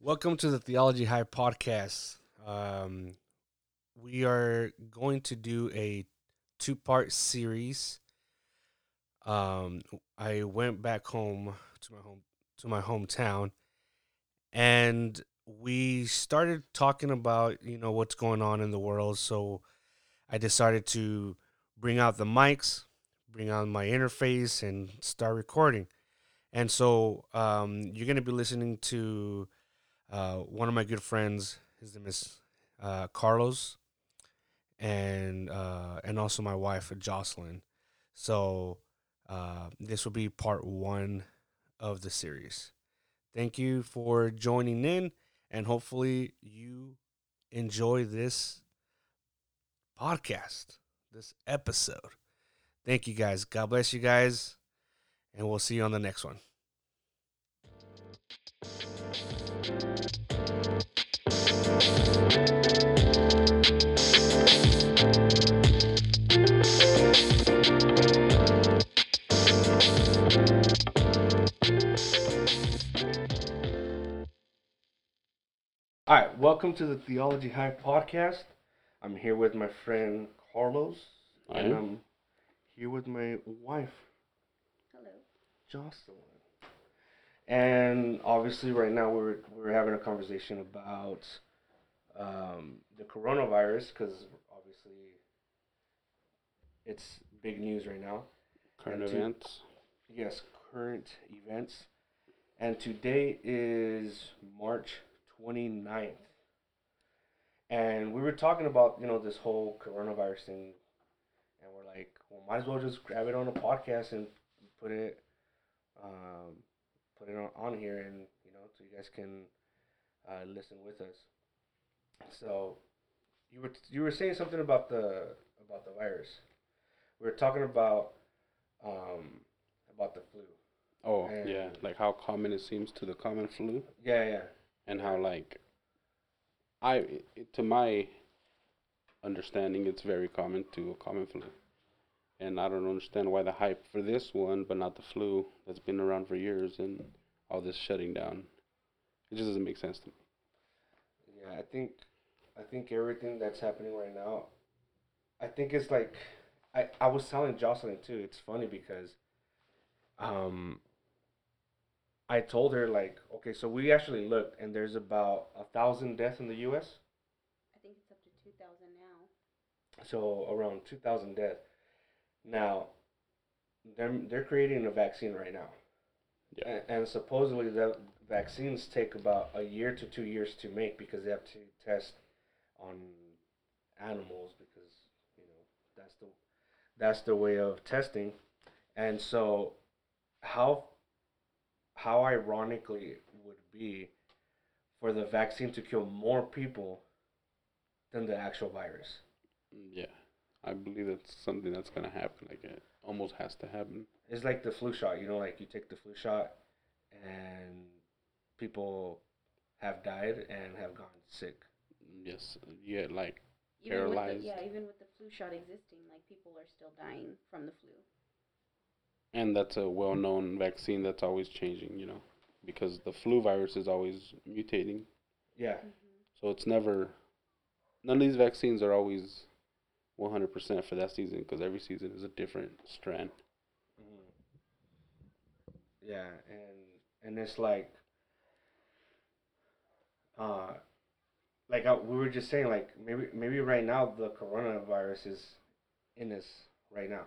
Welcome to the Theology High podcast. Um, we are going to do a two part series. Um, I went back home to my home to my hometown, and we started talking about you know what's going on in the world. So I decided to bring out the mics, bring out my interface, and start recording. And so um, you're going to be listening to uh, one of my good friends. His name is uh, Carlos, and uh, and also my wife Jocelyn. So uh, this will be part one of the series. Thank you for joining in, and hopefully you enjoy this podcast, this episode. Thank you guys. God bless you guys, and we'll see you on the next one. All right, welcome to the Theology High podcast. I'm here with my friend Carlos, and Hi. I'm here with my wife Hello. Jocelyn. And obviously, right now we're we're having a conversation about um, the coronavirus because obviously it's big news right now. Current And to- events. Yes, current events. And today is March 29th. And we were talking about, you know, this whole coronavirus thing. And we're like, well, might as well just grab it on a podcast and put it, um, put it on, on here and, you know, so you guys can uh, listen with us. So you were, you were saying something about the, about the virus. We were talking about, um, about the flu. Oh and- yeah, like how common it seems to the common flu, Yeah, yeah. and how like I, it, to my understanding, it's very common to a common flu, and I don't understand why the hype for this one, but not the flu that's been around for years and all this shutting down. It just doesn't make sense to me. Yeah, I think I think everything that's happening right now I think it's like I, I was telling Jocelyn too, it's funny because um I told her like, okay, so we actually looked and there's about a thousand deaths in the US. I think it's up to 2,000 now. So around two thousand deaths. Now they're they're creating a vaccine right now. Yeah. And, and supposedly the vaccines take about a year to two years to make because they have to test on animals because you know that's the that's the way of testing. And so how how ironically it would be for the vaccine to kill more people than the actual virus. Yeah, I believe that's something that's gonna happen. Like it almost has to happen. It's like the flu shot, you know, like you take the flu shot and people have died and have gone sick. Yes. Yeah. Like Even with the, Paralyzed. yeah, even with the flu shot existing, like people are still dying from the flu. And that's a well known vaccine that's always changing, you know, because the flu virus is always mutating. Yeah. Mm-hmm. So it's never, none of these vaccines are always 100% for that season because every season is a different strand. Mm-hmm. Yeah, and and it's like, uh, like I, we were just saying, like maybe maybe right now the coronavirus is in us right now,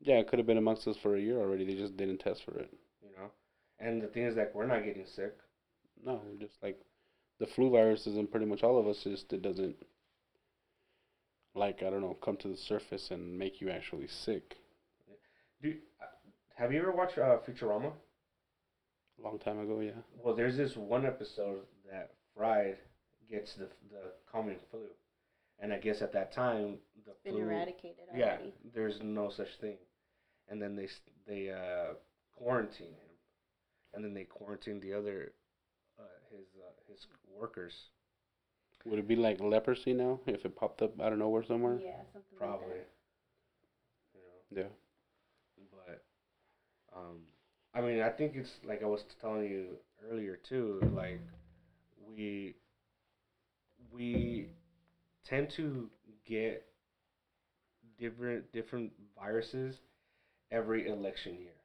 Yeah, it could have been amongst us for a year already. They just didn't test for it. you know. And the thing is, like we're not getting sick. No, we're just like the flu virus is in pretty much all of us, just it doesn't, like, I don't know, come to the surface and make you actually sick. Do uh, have you ever watched uh, Futurama? A long time ago, yeah. Well, there's this one episode that Fried gets the the common flu, and I guess at that time the Been flu eradicated yeah, already. there's no such thing. And then they s- they uh, quarantine him, and then they quarantine the other uh, his uh, his workers. Would it be like leprosy now if it popped up out of nowhere somewhere? Yeah, something Probably, like you know. Yeah. But um, I mean, I think it's like I was telling you earlier too. Like we we tend to get different different viruses every election year.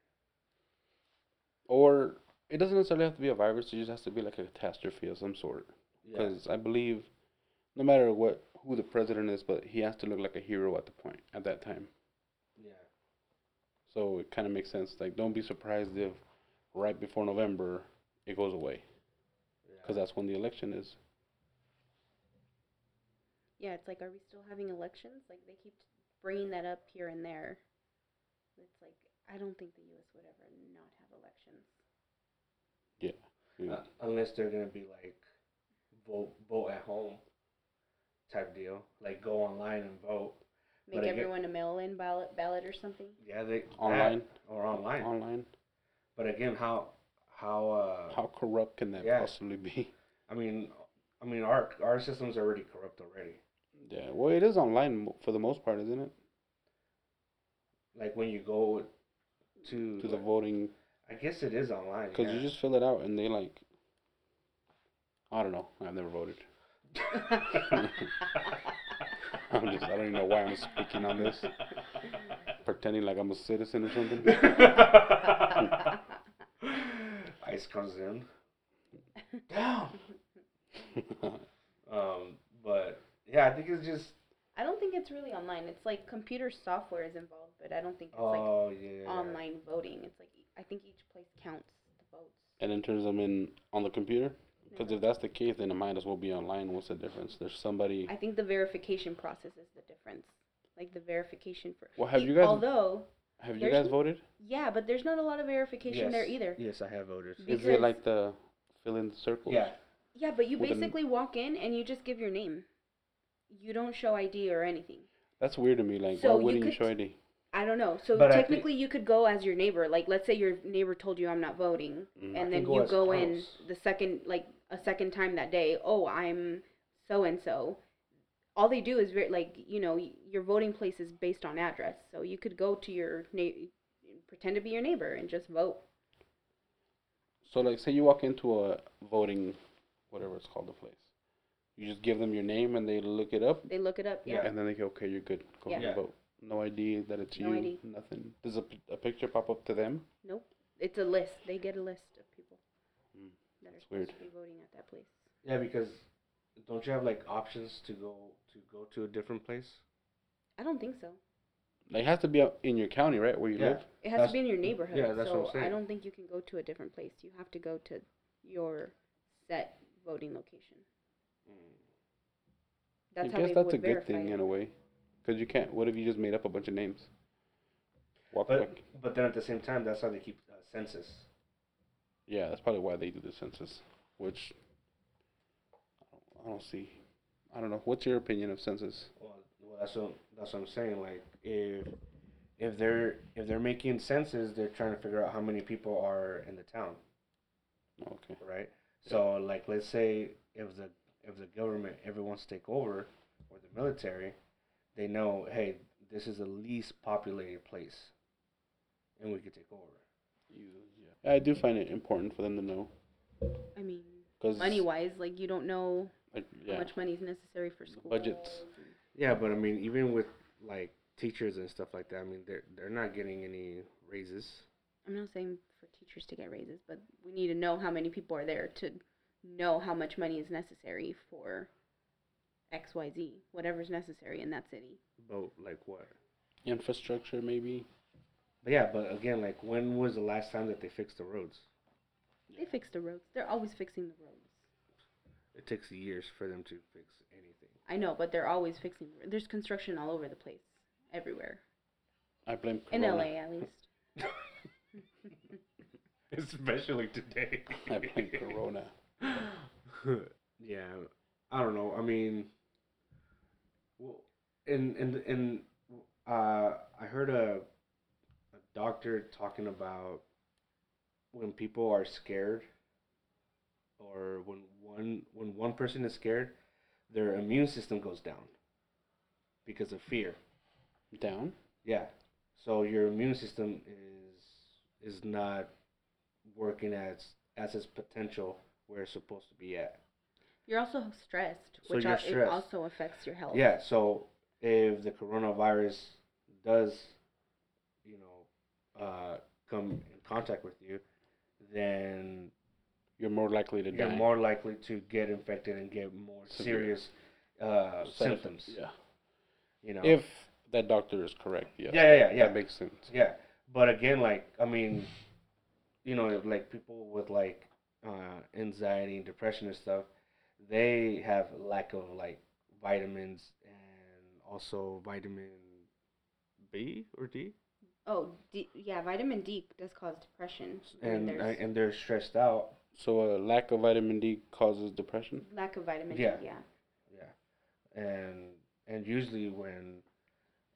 Or it doesn't necessarily have to be a virus. It just has to be like a catastrophe of some sort. Because I believe, no matter what who the president is, but he has to look like a hero at the point at that time. Yeah. So it kind of makes sense. Like, don't be surprised if right before November it goes away, Yeah. because that's when the election is. Yeah, it's like, are we still having elections? Like they keep bringing that up here and there. It's like I don't think the U.S. would ever not have elections. You know. Uh, unless they're gonna be like vote vote at home type deal, like go online and vote. But Make I get- everyone a mail-in ballot, ballot or something. Yeah, they online, that or online. online. But again, how how uh How corrupt can that Yeah. possibly be? I mean I mean our our system's already corrupt already. Yeah. Well, it is online mo- for the most part, isn't it? Like when you go to To the voting, I guess it is online. because yeah. you just fill it out and they like. I don't know. I've never voted. I'm just, I don't even know why I'm speaking on this. Pretending like I'm a citizen or something. Ice comes in. Down. Um, but yeah, I think it's just I don't think it's really online. It's like computer software is involved, but I don't think it's like oh yeah. online voting. It's like I think each place counts the votes. and enters them in on the computer. Because No. if that's the case, then it might as well be online. What's the difference? There's somebody. I think the verification process is the difference. Like the verification for. Well, have See, you guys- Although, Have you there's guys n- voted? yeah, but there's not a lot of verification Yes. there either. Yes, I have voted. Be- Is it Because- like the fill in the circles? Yeah. Yeah, but you Well, then- basically walk in and you just give your name. You don't show ID or anything. That's weird to me. Like, So why you wouldn't you could- show ID? I don't know. So But I think- technically, you could go as your neighbor. Like, let's say your neighbor told you, "I'm not voting," Mm. I can and then go you as go in counts. the second, like a second time that day. Oh, I'm so and so. All they do is ver- like you know y- your voting place is based on address, so you could go to your na- pretend to be your neighbor and just vote. So, like, say you walk into a voting, whatever it's called, the place. You just give them your name and they look it up. They look it up. Yeah. Yeah. And then they go, okay, you're good. Go ahead Yeah. and vote. No ID that it's No you. ID. Nothing. Does a, p- a picture pop up to them? Nope. It's a list. They get a list of people Mm. that are That's supposed weird. to be voting at that place. Yeah, because don't you have like options to go to go to a different place? I don't think so. Like, it has to be up in your county, right? Where you Yeah. live? It has That's- to be in your neighborhood. yeah, that's so what I'm saying. I don't think you can go to a different place. You have to go to your set voting location. That's I how guess they that's would a good verify thing it. in a way. Because you can't. What if you just made up a bunch of names? Walk But back. but then at the same time, that's how they keep uh, census. Yeah, that's probably why they do the census, which I don't, I don't see. I don't know. What's your opinion of census? Well, well, that's what that's what I'm saying. Like if if they're if they're making census, they're trying to figure out how many people are in the town, Oh, Okay. right? So like let's say if the if the government ever wants to take over or the military, they know hey this is the least populated place, and we could take over. Yeah, I do find it important for them to know I mean, because money wise, like you don't know like, how yeah, much money is necessary for school. budgets. Yeah, but I mean even with like teachers and stuff like that, I mean they're they're not getting any raises. I'm not saying for teachers to get raises, but we need to know how many people are there to know how much money is necessary for X, Y, Z, whatever's necessary in that city. But like what? infrastructure maybe. But yeah, but again, like when was the last time that they fixed the roads? They fix the roads. They're always fixing the roads. It takes years for them to fix anything. I know, but they're always fixing. There's construction all over the place, everywhere. I blame In Corona. LA, at least. Especially today. I blame Corona. yeah, I don't know. I mean, well, and and and uh, I heard a a doctor talking about when people are scared, or when one when one person is scared, their immune system goes down because of fear. Down. Yeah. So your immune system is is not working as as its potential where it's supposed to be at. You're also stressed, So which you're al- it stressed. also affects Oh. your health. Yeah, so if the coronavirus does, you know, uh, come in contact with you, then You're more likely to you're die. more likely to get infected and get more Severe. serious uh, Side effects, symptoms. Yeah. You know, If that doctor is correct, yeah. yeah, yeah, yeah, yeah. That makes sense. Yeah, but again, like I mean, you know, like people with like uh, anxiety and depression and stuff, they have lack of like vitamins and also vitamin B or D, Oh, D, yeah, vitamin D does cause depression. and there's I, and they're stressed out. So a lack of vitamin D causes depression. lack of vitamin Yeah. D. Yeah. Yeah, and and usually when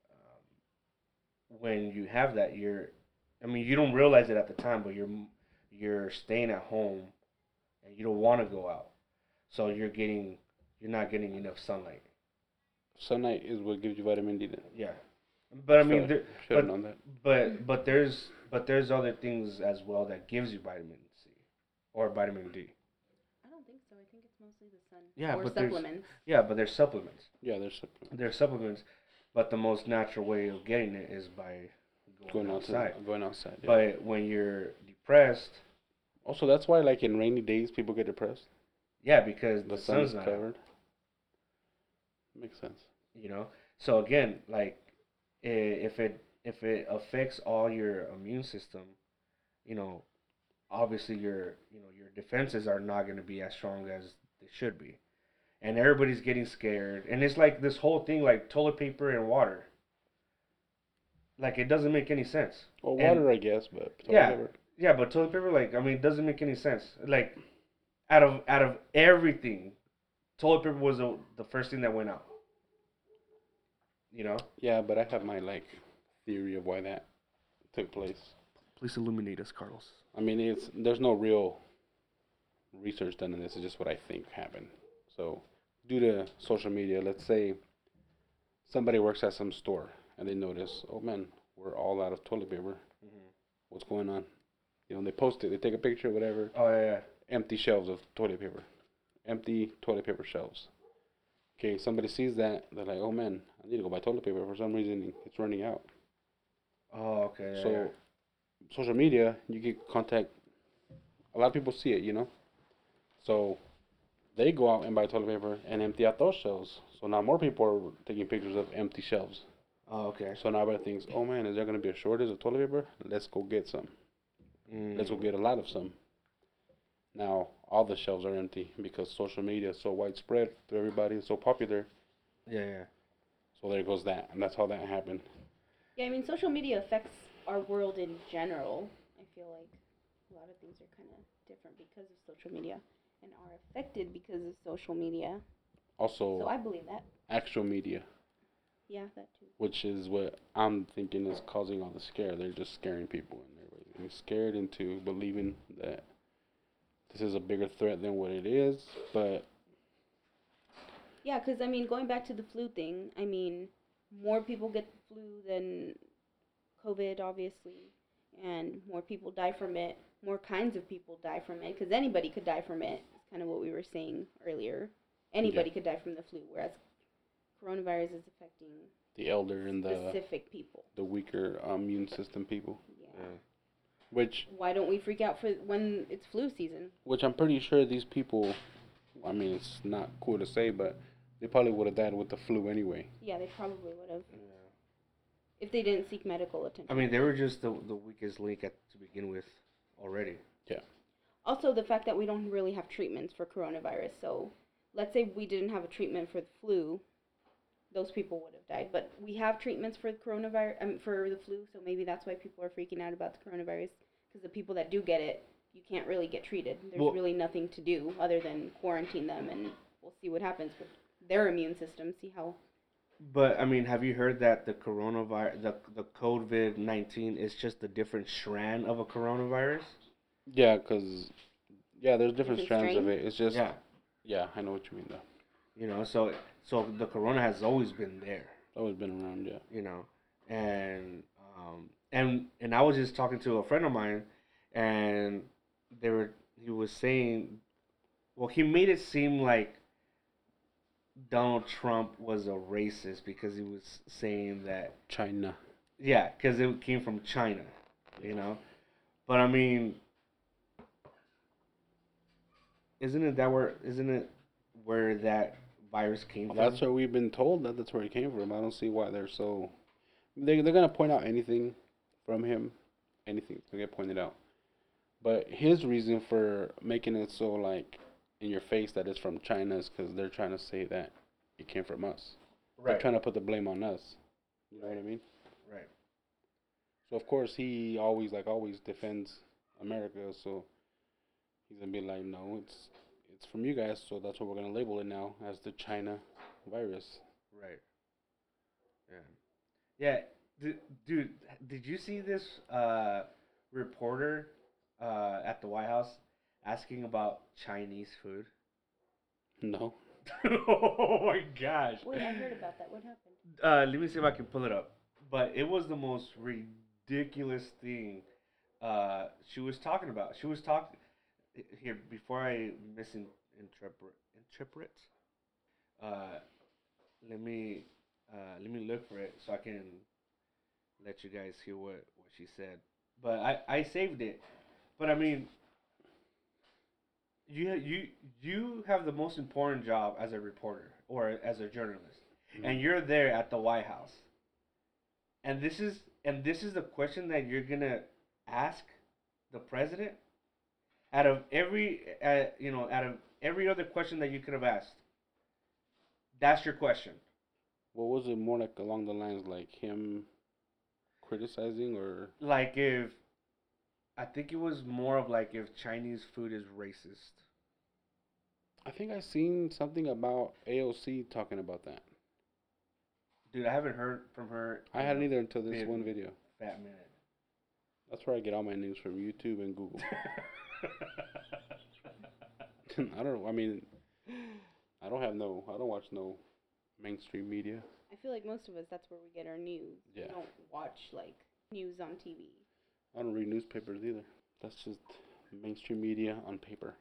um, when you have that, you're, I mean, you don't realize it at the time, but you're m- you're staying at home, and you don't want to go out, so you're getting you're not getting enough sunlight. Sunlight is what gives you vitamin D. Then. Yeah, but I mean, Sorry, there, should have known that. but but there's but there's other things as well that gives you vitamin C or vitamin D. I don't think so. I think it's mostly the sun. Yeah, or but there's- supplements. Yeah, but there's supplements. Yeah, there's supplements. There's supplements, but the most natural way of getting it is by going, going outside. outside. Going outside. yeah. But when you're depressed, also, that's why like in rainy days people get depressed. yeah, because The, the, sun sun's is not, out, covered. Makes sense. you know. So again, like i- if it if it affects all your immune system, you know, obviously your you know your defenses are not going to be as strong as they should be, and everybody's getting scared, and it's like this whole thing like toilet paper and water. Like it doesn't make any sense. Well, And- water, I guess, but so Yeah. whatever. Yeah, but toilet paper, like, I mean, it doesn't make any sense. Like, out of out of everything, toilet paper was the, the first thing that went out. You know. Yeah, but I have my like theory of why that took place. Please illuminate us, Carlos. I mean, it's there's no real research done in this. It's just what I think happened. So, due to social media, let's say somebody works at some store and they notice, oh man, we're all out of toilet paper. What's going on? You know, they post it, they take a picture, whatever. Oh yeah, yeah. Empty shelves of toilet paper, empty toilet paper shelves. Okay, somebody sees that, they're like, oh man, I need to go buy toilet paper. For some reason, it's running out. Oh okay. Yeah, So, yeah. social media, you can contact. A lot of people see it, you know. So, they go out and buy toilet paper and empty out those shelves. So now more people are taking pictures of empty shelves. Oh okay. So now everybody thinks, oh man, is there gonna be a shortage of toilet paper? Let's go get some. Mm. Let's go get a lot of some. Now all the shelves are empty because social media is so widespread to everybody, it's so popular. Yeah, yeah. So there goes that, and that's how that happened. Yeah, I mean, social media affects our world in general. I feel like a lot of things are kind of different because of social media and are affected because of social media. Also, So I believe that. actual media. Yeah, that too. which is what I'm thinking is causing all the scare. They're just scaring people and they're getting scared into believing that this is a bigger threat than what it is. But Yeah, because I mean, going back to the flu thing, I mean, more people get the flu than COVID, obviously, and more people die from it. More kinds of people die from it because anybody could die from it. It's kind of what we were saying earlier. Anybody could die from the flu, whereas coronavirus is affecting the elder and the specific people. the weaker um, immune system people, Yeah. Yeah. which Why don't we freak out for when it's flu season? which I'm pretty sure these people. I mean, it's not cool to say, but they probably would have died with the flu anyway. Yeah, they probably would have Yeah. if they didn't seek medical I attention. mean, they were just the the weakest link at to begin with already. Also, the fact that we don't really have treatments for coronavirus. So, let's say we didn't have a treatment for the flu, those people would have died. But we have treatments for the coronavirus um, for the flu, so maybe that's why people are freaking out about the coronavirus because the people that do get it, you can't really get treated. There's Well- really nothing to do other than quarantine them, and we'll see what happens with their immune system. See how But I mean, have you heard that the coronavirus, the the COVID nineteen, is just a different strand of a coronavirus? Yeah, cause yeah, there's different Different strands of strain? it. It's just yeah. Yeah. I know what you mean though. It's You know, so so the corona has always been there. always been around. Yeah, you know and um and and i was just talking to a friend of mine and they were he was saying well he made it seem like Donald Trump was a racist because he was saying that China. yeah because it came from China you know but I mean isn't it that where isn't it where that virus came Well, from that's what we've been told that that's where it came from. I don't see why they're so. They they're gonna point out anything from him, anything to get pointed out. But his reason for making it so like in your face that it's from China is because they're trying to say that it came from us. They're trying to put the blame on us. You know what I mean? right So of course he always like always defends America. So he's gonna be like, no, it's it's from you guys. So that's what we're gonna label it now as the China virus. Right. Yeah. Yeah, d- dude, did you see this uh, reporter uh, at the White House asking about Chinese food? No. oh my gosh. Wait, I heard about that. What happened? Uh, let me see if I can pull it up. But it was the most ridiculous thing uh, she was talking about. She was talking here before I misinterpret interpret. Uh, let me uh, let me look for it so I can let you guys hear what what she said. But I I saved it. But I mean. You, you you have the most important job as a reporter or as a journalist and you're there at the White House, and this is and this is the question that you're gonna ask the president. Out of every, uh, you know, out of every other question that you could have asked, that's your question. what was it more like along the lines like him criticizing or Like if, I think it was more of like if Chinese food is racist. I think I seen something about AOC talking about that. Dude, I haven't heard from her. I in hadn't a either until this Maybe. one video. Fat minute. That's where I get all my news from YouTube and Google. I don't I mean I don't have no I don't watch no mainstream media. I feel like most of us, that's where we get our news. Yeah. We don't watch like news on TV. I don't read newspapers either. That's just mainstream media on paper.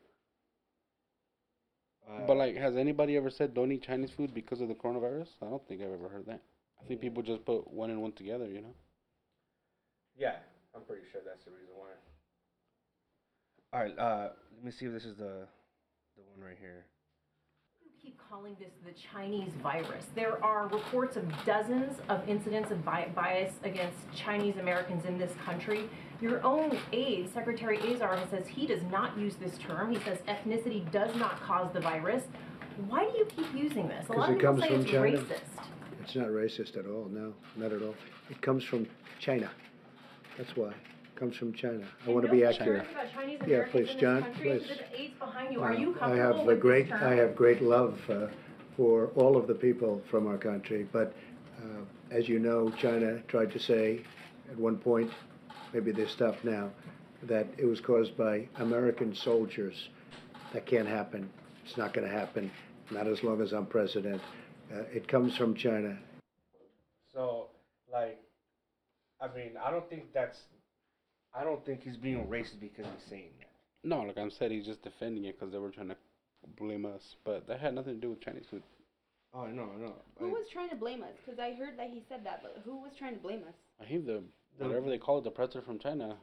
Uh, But like has anybody ever said don't eat Chinese food because of the coronavirus? I don't think I've ever heard that. I think people just put one and one together, you know. Yeah, I'm pretty sure that's the reason why. All right, uh, let me see if this is the the one right here. keep calling this the Chinese virus. There are reports of dozens of incidents of bi- bias against Chinese Americans in this country. Your own aide, Secretary Azar, says he does not use this term. He says ethnicity does not cause the virus. Why do you keep using this? A 'Cause lot of it people comes say from it's China. racist. It's not racist at all, no, not at all. It comes from China. That's why. It comes from China. I want to be accurate. Yeah, please, John, please. Are you I have comfortable a with this great, term? I have great love uh, for all of the people from our country, but uh, as you know, China tried to say at one point, maybe they stopped now, that it was caused by American soldiers. That can't happen. It's not going to happen. Not as long as I'm president. Uh, it comes from China. So, like, I mean, I don't think that's, I don't think he's being racist because he's saying that. No, like I'm said, he's just defending it because they were trying to blame us, but that had nothing to do with Chinese food. Oh no, no. Who was trying to blame us? Because I heard that he said that, but who was trying to blame us? I think the The- whatever they call it, the president from China.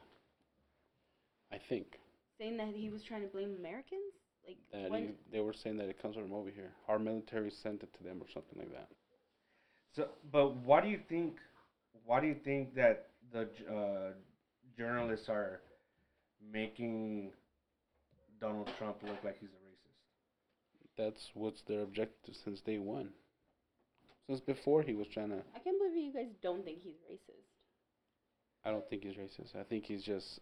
I think Saying that he was trying to blame Americans? Like, that when, he- they were saying that it comes from over here. Our military sent it to them or something like that. So, but why do you think, why do you think that the uh, journalists are making Donald Trump look like he's a That's what's their objective since day one. Since before he was trying to. I can't believe you guys don't think he's racist. I don't think he's racist. I think he's just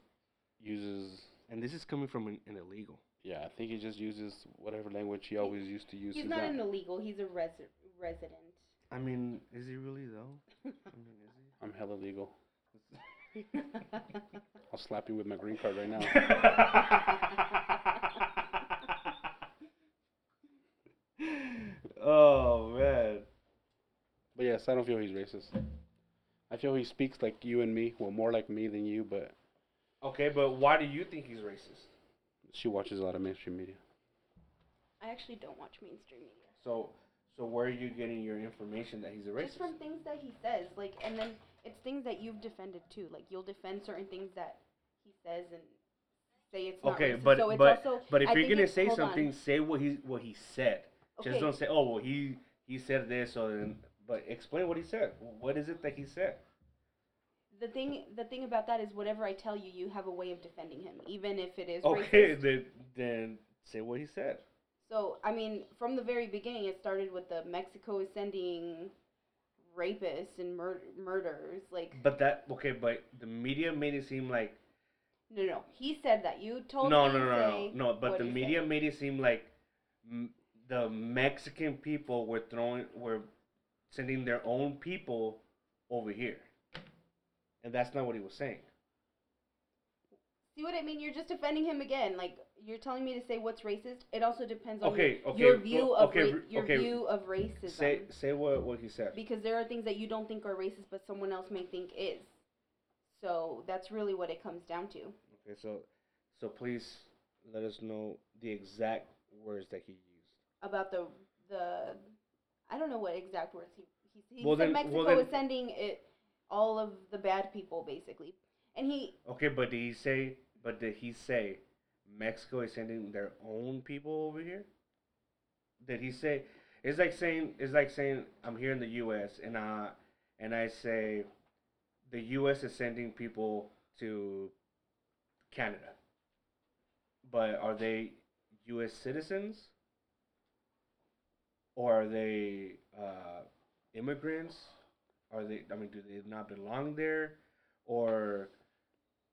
uses. racist? And this is coming from an, an illegal. Yeah, I think he just uses whatever language he always used to use. He's since not that- an illegal. He's a resi- resident. I mean, is he really though? I mean, is he? I'm hella legal. I'll slap you with my green card right now. oh man. But yes, I don't feel he's racist. I feel he speaks like you and me, well, more like me than you, but Okay, but why do you think he's racist? She watches a lot of mainstream media. I actually don't watch mainstream media. So, so where are you getting your information that he's a racist? Just from things that he says, like, and then it's things that you've defended too. Like, you'll defend certain things that he says and say it's not okay, racist. but so it's but also, but if I you're think gonna it's- say hold on. something, say what he what he said. Okay. Just don't say, oh well, he he said this or then, but explain what he said. What is it that he said? the thing, the thing about that is, whatever I tell you, you have a way of defending him, even if it is Okay, racist. then then say what he said. So I mean, from the very beginning, it started with the Mexico is sending rapists and mur- murders. Like, But that okay, but the media made it seem like no, no, he said that. You told no, me no, to no, no, say no. But what the he said. media made it seem like m- the Mexican people were throwing, were sending their own people over here, and that's not what he was saying. See what I mean? You're just defending him again. Like you're telling me to say what's racist. It also depends on Okay, your, okay, your well, view of okay, ra- re- your okay, view of racism. Say, say what what he said. because there are things that you don't think are racist, but someone else may think is. So that's really what it comes down to. Okay, so, so please let us know the exact words that he used. About the the, I don't know what exact words he he, he Well, said. then- well, Mexico then- is sending it all of the bad people basically, and he Okay, but did he say? But did he say Mexico is sending their own people over here? Did he say? It's like saying it's like saying I'm here in the U.S. and I and I say the U.S. is sending people to Canada, but are they U.S. citizens or are they uh, immigrants? Are they? I mean, do they not belong there? Or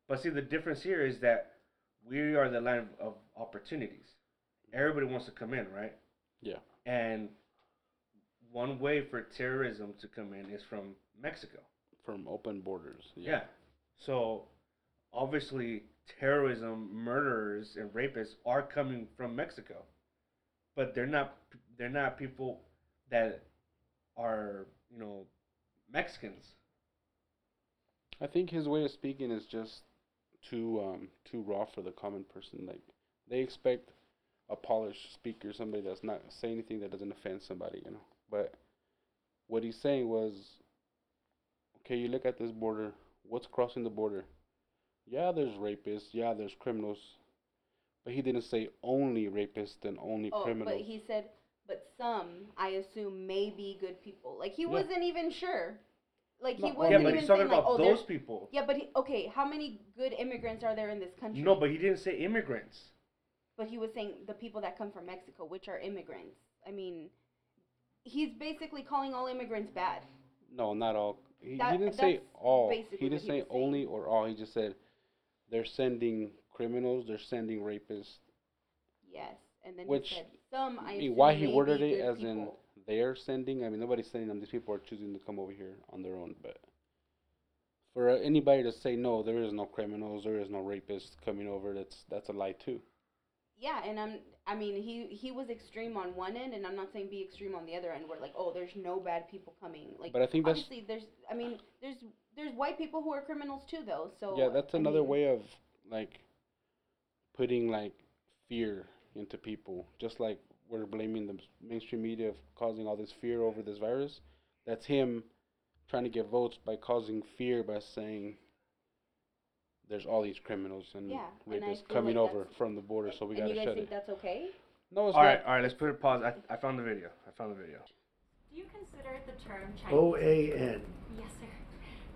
but see, the difference here is that we are the land of, of opportunities. Everybody wants to come in, right? Yeah. And one way for terrorism to come in is from Mexico. From open borders. Yeah. So obviously, terrorism, murderers, and rapists are coming from Mexico, but they're not. They're not people that are you know Mexicans. I think his way of speaking is just too um too raw for the common person. Like they expect a polished speaker, somebody that's not say anything that doesn't offend somebody, you know. But what he's saying was, okay, you look at this border. What's crossing the border? Yeah, there's rapists. Yeah, there's criminals. But he didn't say only rapists and only oh, criminals. but he said, but some I assume may be good people. Like he Yeah. wasn't even sure. Like he No, yeah, wasn't but even he's talking saying like, about oh, there's those people. Yeah, but he, okay, how many good immigrants are there in this country? No, but he didn't say immigrants. but he was saying the people that come from Mexico, which are immigrants. I mean, he's basically calling all immigrants bad. No, not all. He, That- he didn't say that's all. basically He what didn't he say was saying. only or all. He just said they're sending criminals, they're sending rapists. Yes, and then Which- he said some. I I mean, why assume he may worded be it good as in people. they're sending, I mean, nobody's sending them. These people are choosing to come over here on their own. But for uh, anybody to say, no, there is no criminals, there is no rapists coming over, that's that's a lie, too. Yeah, and I'm. I mean, he he was extreme on one end, and I'm not saying be extreme on the other end. Where like, oh, there's no bad people coming. Like, But I think that's- obviously there's. I mean, there's there's white people who are criminals too, though. So yeah, that's Oh, I another mean, way of like putting like fear into people. Just like we're blaming the mainstream media of causing all this fear over this virus. That's him trying to get votes by causing fear by saying there's all these criminals and Yeah, and I rapists feel coming like over that's- from the border, so we and gotta you guys shut think it. that's okay? No, it's All not. right, all right. Let's put a pause. I, I found the video. I found the video. Do you consider the term Chinese? O A N. Yes, sir.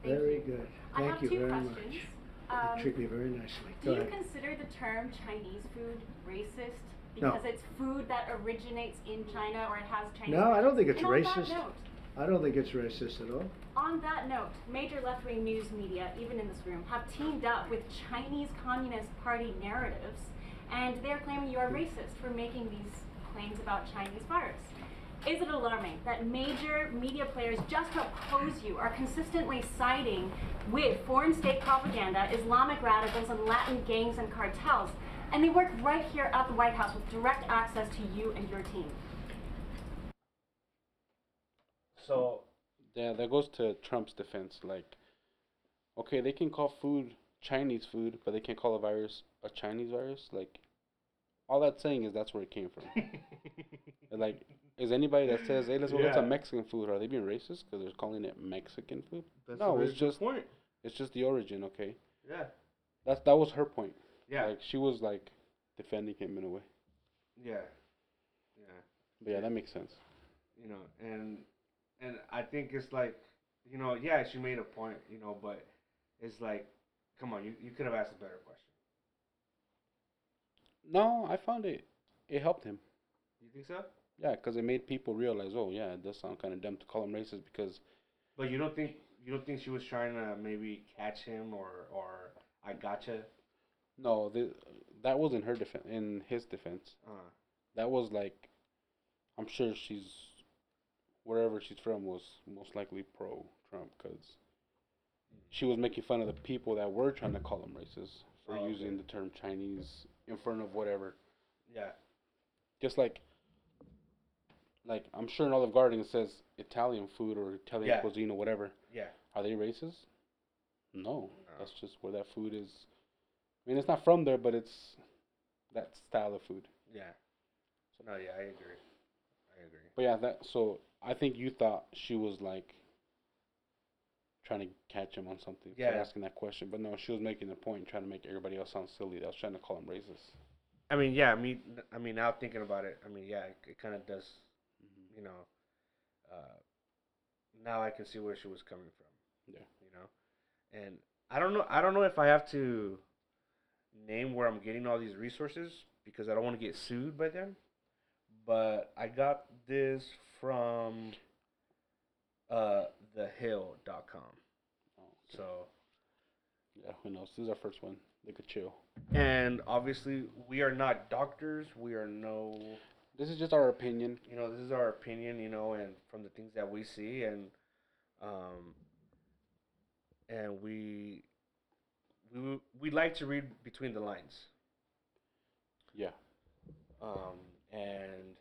Thank Oh. Very you. good. I have Thank you two very much. questions. You Um, treat me very nicely. Do Go you ahead. consider the term Chinese food racist No. because it's food that originates in China or it has Chinese? No, I don't think it's origins? racist. And on that note, I don't think it's racist at all. on that note, major left-wing news media, even in this room, have teamed up with Chinese Communist Party narratives, and they're claiming you are racist for making these claims about Chinese virus. Is it alarming that major media players just to oppose you are consistently siding with foreign state propaganda, Islamic radicals, and Latin gangs and cartels? And they work right here at the White House with direct access to you and your team. So Yeah, that goes to Trump's defense. Like, okay, they can call food Chinese food, but they can't call a virus a Chinese virus. Like, all that's saying is that's where it came from. And, like, is anybody that says, "Hey, let's go get some Yeah. Mexican food," are they being racist because they're calling it Mexican food? That's no, a very it's good just point. it's just the origin. Okay, Yeah. that's that was her point. Yeah. like she was like defending him in a way. yeah. Yeah. But yeah, that makes sense. you know, and and I think it's like, you know, yeah, she made a point, you know, but it's like, come on, you, you could have asked a better question. No, I found it. It helped him. You think so? Yeah, because it made people realize, oh yeah, it does sound kind of dumb to call him racist because But you don't think you don't think she was trying to maybe catch him or or I gotcha. no, the, that wasn't her defense. In his defense, Uh, that was like, I'm sure she's wherever she's from was most likely pro Trump because she was making fun of the people that were trying to call him racist for Oh, okay. using the term Chinese in front of whatever. yeah. Just like, like I'm sure in Olive Garden it says Italian food or Italian Yeah. cuisine or whatever. Yeah. Are they racist? No, that's just where that food is. I mean, it's not from there, but it's that style of food. Yeah. No, yeah, I agree. I agree. But yeah, that so I think you thought she was like trying to catch him on something Yeah. for asking that question, but no, she was making the point trying to make everybody else sound silly. I was trying to call him racist. I mean, yeah, I mean, I mean, now thinking about it, I mean, yeah, it, it kind of does, you know. Uh, now I can see where she was coming from. Yeah. you know, and I don't know. I don't know if I have to name where I'm getting all these resources because I don't want to get sued by them. But I got this from uh, thehill.com. So. Oh, Yeah, who knows? This is our first one. They could chill. And obviously, we are not doctors. We are no This is just our opinion. you know, this is our opinion, you know, and from the things that we see and um and we we w- we like to read between the lines. Yeah. Um and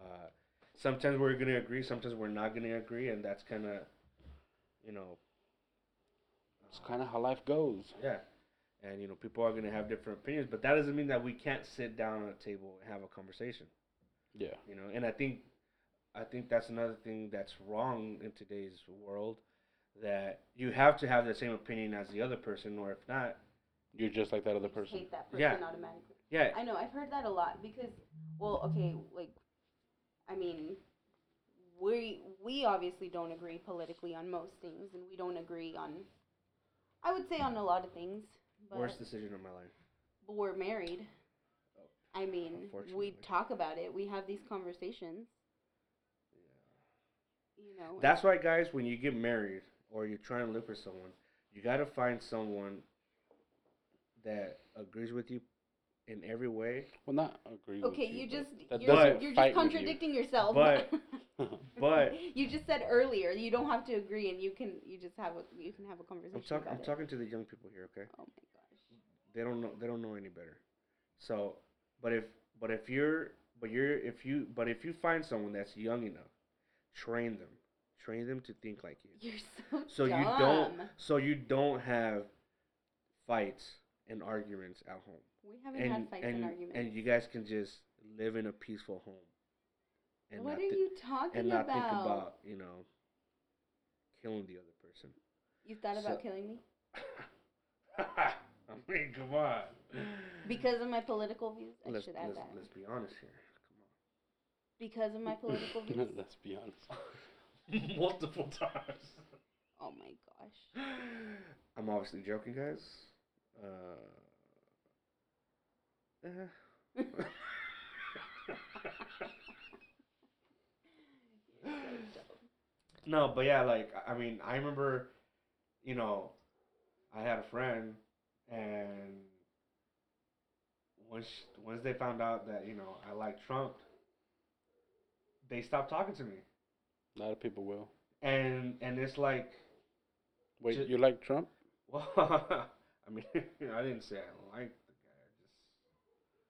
uh sometimes we're going to agree, sometimes we're not going to agree and that's kind of you know, It's Uh-huh. kind of how life goes. yeah. And you know, people are going to have different opinions, but that doesn't mean that we can't sit down at a table and have a conversation. Yeah. you know and i think i think that's another thing that's wrong in today's world that you have to have the same opinion as the other person or if not You're just like that other person. Hate that person Yeah. automatically. yeah I know I've heard that a lot because, well, okay, like, I mean, we we obviously don't agree politically on most things, and we don't agree on, I would say on a lot of things, but worst decision of my life but we're married. I mean, we Unfortunately. talk about it. We have these conversations. You know, that's why guys when you get married or you're trying to live with someone you got to find someone that agrees with you in every way Well, not agree. okay, with you, you but just that you're, doesn't you're fight with just you. contradicting yourself. But- but you just said earlier you don't have to agree, and you can you just have a you can have a conversation. i'm talking about i'm it. talking to the young people here okay Oh my gosh. they don't know they don't know any better so but if but if you're but you're if you but if you find someone that's young enough train them train them to think like you You're so so dumb. you don't so you don't have fights and arguments at home We haven't and had fights and, and, arguments. and you guys can just live in a peaceful home and not what are thi- you talking and not about? think about you know killing the other person You thought about So- killing me I mean come on because of my political views. I let's, should add let's, that let's be honest here come on because of my political views. Let's be honest. multiple times. oh my gosh. I'm obviously joking, guys. Uh, eh. no, but yeah, like I I mean, I remember, you know, I had a friend, and once once they found out that you know I liked Trump, they stopped talking to me, A lot of people will. and and it's like. Wait, Ju- you like Trump? Well, I mean, I didn't say I liked the guy. I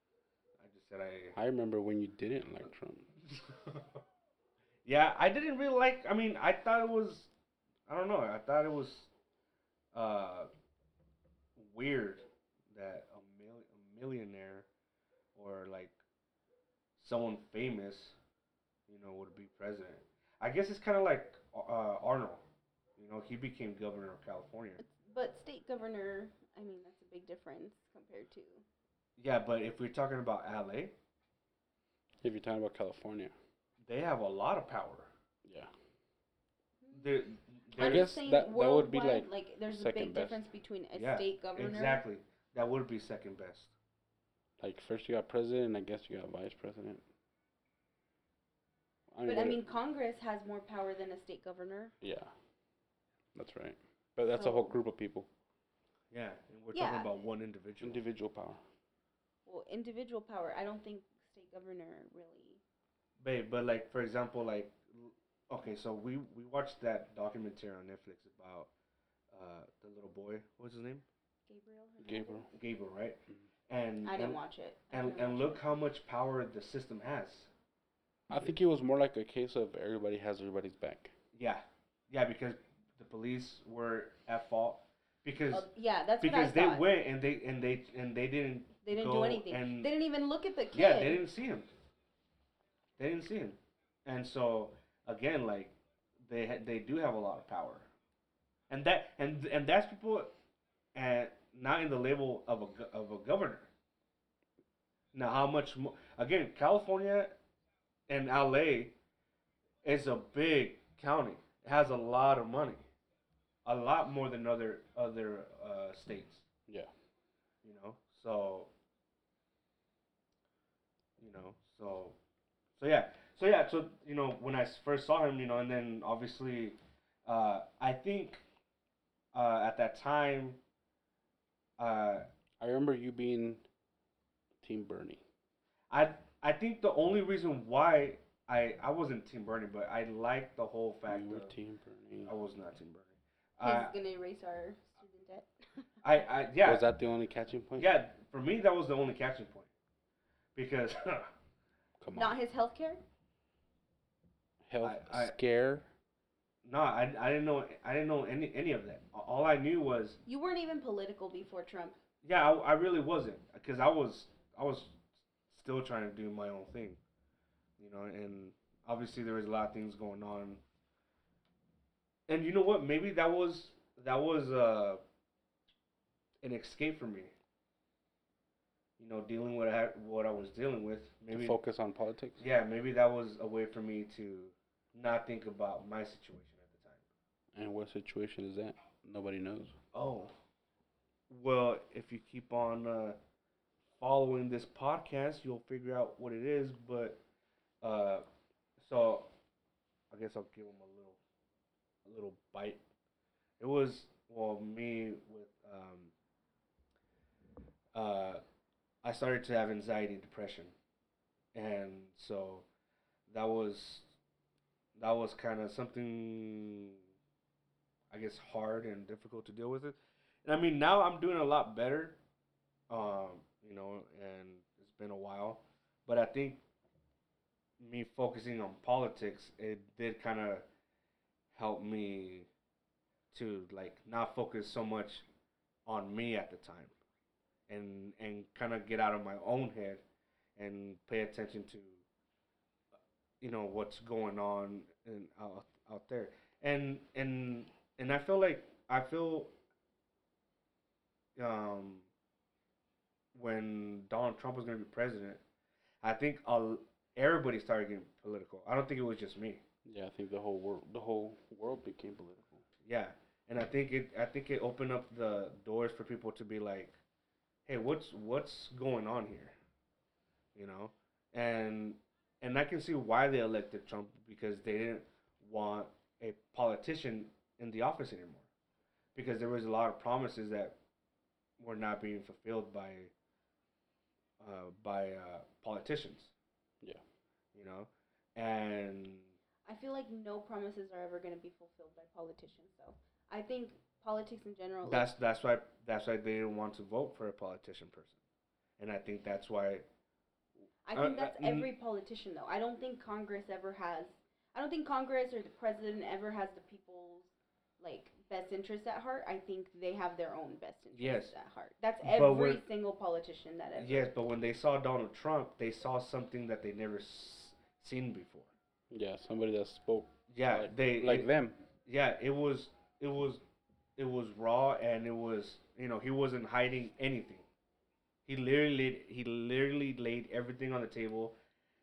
just, I just said I. I remember when you didn't like Trump. yeah, I didn't really like. I mean, I thought it was. I don't know. I thought it was, uh, weird that a, mil- a millionaire or like someone famous, you know, would be president. I guess it's kind of like uh, Arnold. You know, he became governor of California. But state governor, I mean, that's a big difference compared to. Yeah, but if we're talking about LA, If you're talking about California, they have a lot of power. yeah. They're, I they're- I'm guess just saying that- that would be, worldwide, like, there's a second big best. difference between a Yeah, state governor. exactly. That would be second best. Like first you got president, and I guess you got vice president. I But I what- mean, Congress has more power than a state governor. yeah, that's right. But that's a whole So- group of people, Yeah, and we're Yeah. talking about one individual. individual power. Well, individual power. I don't think state governor really. Babe, but like for example, like l- okay, so we we watched that documentary on Netflix about uh the little boy. What's his name? Gabriel. Hernandez? Gabriel. Gabriel, right? And I didn't and, watch it. Um, I And don't know. and look how much power the system has. I think it was more like a case of everybody has everybody's back. Yeah, yeah, because the police were at fault because Oh, yeah, that's what I because thought. they went and they and they and they didn't They didn't go do anything. and they didn't even look at the kid. Yeah, they didn't see him. They didn't see him, and so again, like they ha- they do have a lot of power, and that and and that's people, and not in the level of a go- of a governor. Now, how much mo- again? California and LA is a big county. It has a lot of money, a lot more than other other uh, states Yeah. you know so you know so so yeah so yeah so you know when i s- first saw him you know and then obviously uh i think uh at that time uh I remember you being Team Bernie. i i think the only reason why i i wasn't team bernie but i liked the whole fact You were of- Team Bernie. i was not team bernie He's uh, gonna erase our student debt. i i yeah Was that the only catching point? yeah for me that was the only catching point because Come on. Not his health care. Health I- I- scare. No, I, I didn't know I didn't know any any of that. A- All I knew was You weren't even political before Trump. yeah, I, I really wasn't because I was I was still trying to do my own thing, you know. And obviously there was a lot of things going on. And you know what? Maybe that was that was uh, an escape for me. You know, dealing with I, what I was dealing with. to Maybe focus on politics. yeah, maybe that was a way for me to not think about my situation at the time. And what situation is that? Nobody knows. Oh. Well, if you keep on uh, following this podcast, you'll figure out what it is. But uh, so I guess I'll give them a little, a little bite. It was well me with um. Uh, I started to have anxiety and depression, and so that was that was kind of something I guess hard and difficult to deal with it. And I mean now I'm doing a lot better. Um, you know, and it's been a while. But I think me focusing on politics, it did kinda help me to like not focus so much on me at the time and and kinda get out of my own head and pay attention to you know what's going on and out out there and and and I feel like I feel um when Donald Trump was gonna be president, I think all, everybody started getting political. I don't think it was just me. Yeah, I think the whole world, the whole world became political. Yeah, and I think it I think it opened up the doors for people to be like, hey, what's what's going on here, you know, and and I can see why they elected Trump because they didn't want a politician in the office anymore, because there was a lot of promises that were not being fulfilled by uh, by uh, politicians. Yeah. you know, and I feel like no promises are ever gonna be fulfilled by politicians. So I think politics in general. like, That's that's why that's why they didn't want to vote for a politician person, and I think that's why. I uh, think uh, that's mm. every politician though. I don't think Congress ever has. I don't think Congress or the president ever has the people's like best interests at heart, I think they have their own best interests Yes. at heart. That's But every we're- single politician that ever. Yes, but when they saw Donald Trump, they saw something that they never s- seen before. Yeah, somebody that spoke Yeah, like, they like it- them. Yeah, it was it was it was raw and it was you know he wasn't hiding anything. He literally he literally laid everything on the table,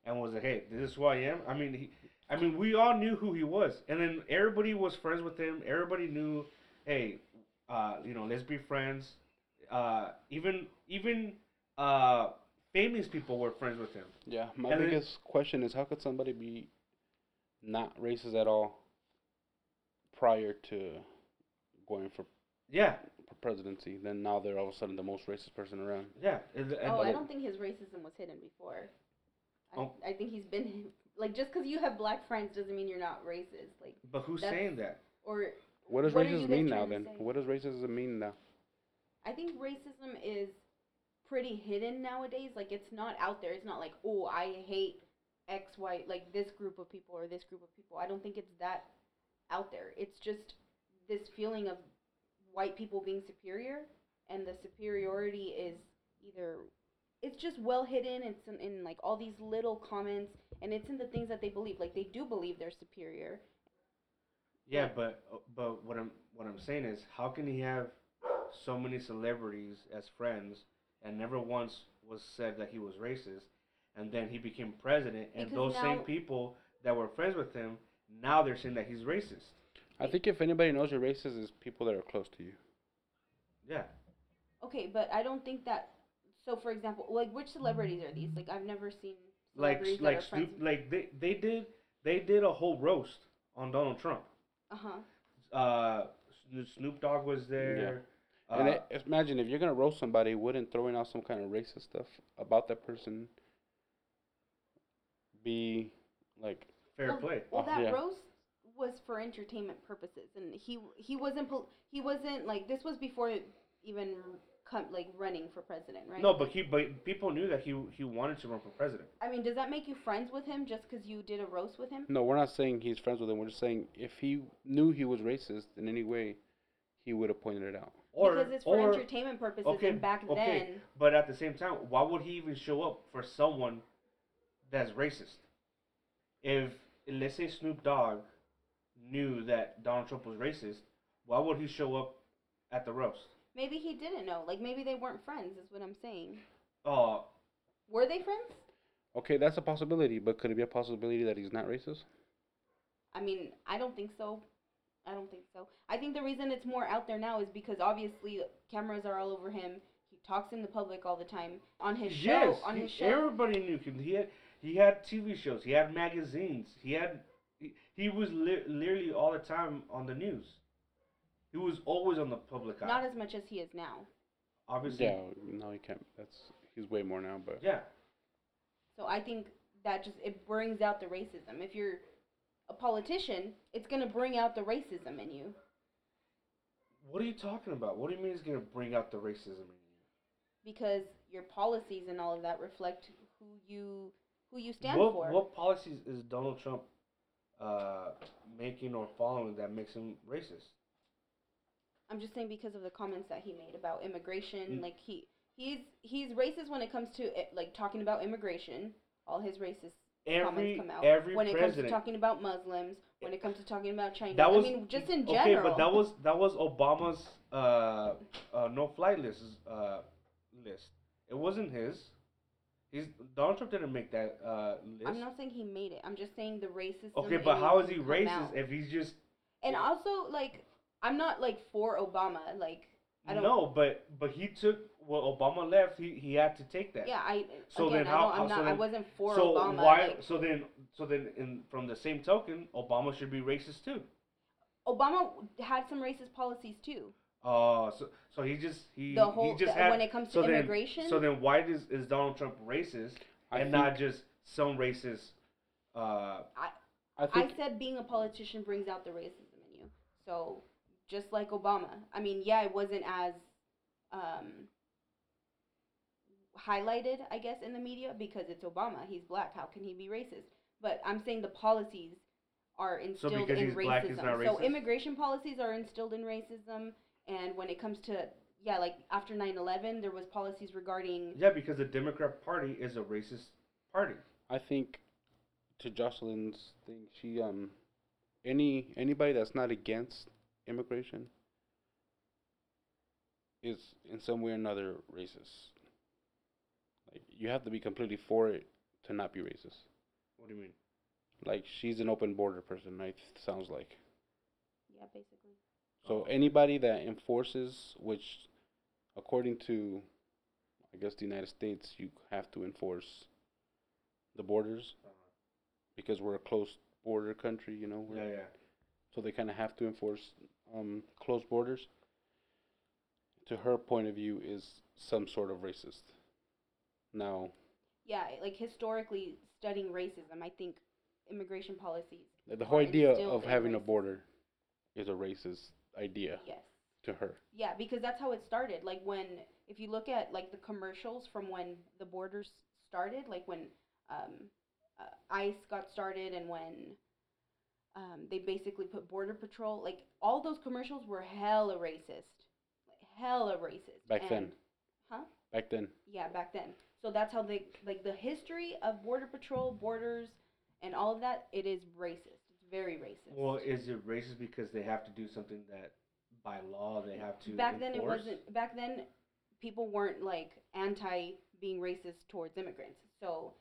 and was like, "Hey, this is who I am." I mean, he, I mean, we all knew who he was, and then everybody was friends with him. Everybody knew, "Hey, uh, you know, let's be friends." Uh, even even uh, famous people were friends with him. Yeah, my And then- biggest question is how could somebody be not racist at all prior to going for, Yeah, for presidency? Then now they're all of a sudden the most racist person around. yeah. and- and- Oh, I don't think his racism was hidden before. I, Oh. I think he's been like just because you have black friends doesn't mean you're not racist. Like but who's that's- saying that? or What does What are you racism guys mean now trying to then? say? What does racism mean now? I think racism is pretty hidden nowadays. Like it's not out there. It's not like, oh, I hate X, Y, like this group of people or this group of people. I don't think it's that out there. It's just this feeling of white people being superior, and the superiority is either it's just well hidden. It's in, in like all these little comments, and it's in the things that they believe. Like they do believe they're superior. Yeah, but but what I'm what I'm saying is, how can he have so many celebrities as friends and never once was said that he was racist, and then he became president, and Because those same now- people that were friends with him now they're saying that he's racist. I think if anybody knows you're racist, is people that are close to you. Yeah, Okay, but I don't think that. So, for example, like which celebrities are these? Like I've never seen like celebrities like that are friends. Snoop, like they they did they did a whole roast on Donald Trump. uh huh. Uh, Sno- Snoop Dogg was there. Uh, and i imagine if you're gonna roast somebody, wouldn't throwing out some kind of racist stuff about that person be like? fair well, play. Well, Oh, that yeah. roast was for entertainment purposes, and he he wasn't pol- he wasn't like this was before even come like running for president, right? No, but he but people knew that he he wanted to run for president. I mean, does that make you friends with him just because you did a roast with him? No, we're not saying he's friends with him. We're just saying if he knew he was racist in any way, he would have pointed it out. Or because it's for or, entertainment purposes, and back then, But at the same time, why would he even show up for someone that's racist? If let's say Snoop Dogg knew that Donald Trump was racist, why would he show up at the roast? maybe he didn't know. Like maybe they weren't friends. Is what I'm saying. Uh Were they friends? Okay, that's a possibility, but could it be a possibility that he's not racist? I mean, I don't think so. I don't think so. I think the reason it's more out there now is because obviously cameras are all over him. He talks in the public all the time on his show. yes, on he- his show. everybody knew him. He had he had TV shows, he had magazines, he had he, he was li- literally all the time on the news. He was always on the public eye. Not as much as he is now. obviously. Yeah, no, he can't. That's he's way more now, but yeah. So I think that just it brings out the racism. If you're a politician, it's gonna bring out the racism in you. What are you talking about? What do you mean it's gonna bring out the racism in you? Because your policies and all of that reflect who you who you stand what, for. What policies is Donald Trump uh, making or following that makes him racist? I'm just saying because of the comments that he made about immigration. Mm. Like he he's he's racist when it comes to eh, like talking about immigration. All his racist Every comments come out. every when it comes to president talking about Muslims, when it comes to talking about China. that was I mean, just in okay, general. but that was that was Obama's uh, uh, no-fly list uh, list. It wasn't his. He's Donald Trump didn't make that uh, list. I'm not saying he made it. I'm just saying the racism. okay, in but how it is he can come racist out. if he's just And also, like, I'm not like for Obama. Like, I don't. no? But but he took what Obama left. He he had to take that. Yeah, I. So again, then I how- don't- how- I'm so not. I then- wasn't for so Obama. why? like- so then, so then, in from the same token, Obama should be racist too. Obama had some racist policies too. Oh, so so he just he The whole- he just the- had, when it comes to so then- immigration? so then, why is is Donald Trump racist I and not just some racist? Uh, I, I I think said being a politician brings out the racism in you. So just like Obama, I mean, yeah, it wasn't as um, highlighted, I guess, in the media because it's Obama. He's black. How can he be racist? But I'm saying the policies are instilled because in he's racism. black, he's not So racist? immigration policies are instilled in racism, and when it comes to yeah, like after 9/11, there was policies regarding Yeah, because the Democrat Party is a racist party. I think to Jocelyn's thing, she um any anybody that's not against immigration is in some way or another racist. Like you have to be completely for it to not be racist. What do you mean? Like she's an open border person, right? Sounds like. yeah, basically. Oh. So anybody that enforces, which according to I guess the United States, you have to enforce the borders Uh-huh. because we're a close border country, you know. we're- Yeah, yeah. So they kind of have to enforce um, closed borders. To her point of view, is some sort of racist. Now Yeah, like historically studying racism, I think immigration policies. the are whole idea instilled of in having a racism. border is a racist idea Yes. to her. Yeah, because that's how it started. Like when, if you look at like the commercials from when the borders started, like when um, uh, ICE got started and when um, they basically put Border Patrol, like all those commercials were hella racist, like, hella racist. Back then. huh? Back then, Yeah, back then. So that's how they like the history of Border Patrol, borders, and all of that. It is racist. It's very racist. Well, is it racist because they have to do something that by law they have to back then it enforce? wasn't back then people weren't like anti being racist towards immigrants so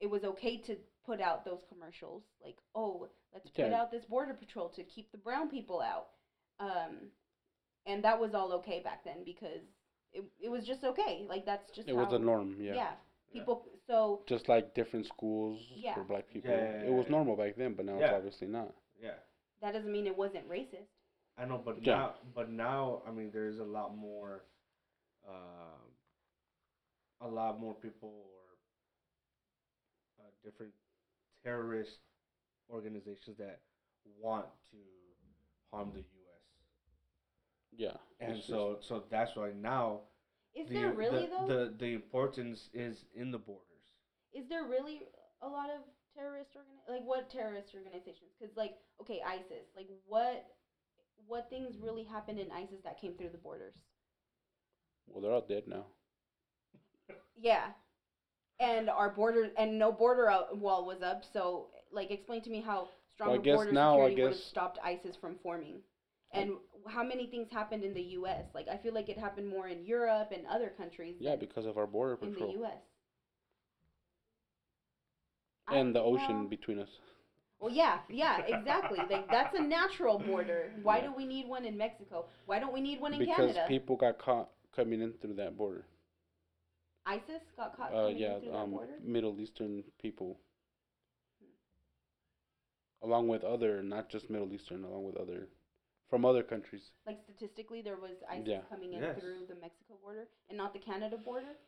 it was okay to put out those commercials like oh let's put Okay. out this border patrol to keep the brown people out um and that was all okay back then because it, it was just okay like that's just it was how- the norm. yeah, people so just like different schools Yeah. for black people. Yeah, yeah, it was yeah. normal back then, but now it's Yeah. obviously not. Yeah. that doesn't mean it wasn't racist I know, but Yeah. now, but now, I mean, there's a lot more, um a lot more people or uh, different terrorist organizations that want to harm the U.S. Yeah. And it's so, so that's why now is there really the, though the the importance is in the borders. is there really a lot of terrorist organi- like what terrorist organizations because like okay isis like what what things really happened in isis that came through the borders well, they're all dead now. yeah and our border and no border out- wall was up so like explain to me how stronger guess border now, I security would have guess- stopped isis from forming and how many things happened in the us like i feel like it happened more in europe and other countries Yeah, than because of our border in patrol the us I- and the ocean well- between us. Well, yeah, yeah, exactly. Like that's a natural border. Why do we need one in Mexico? Why don't we need one in because Canada? people got caught coming in through that border. ISIS got caught Uh, coming in yeah, through that um, border. Hmm. Middle Eastern people, along with other, not just Middle Eastern, along with other, from other countries. Like statistically, there was ISIS Yeah. coming in Yes. through the Mexico border and not the Canada border.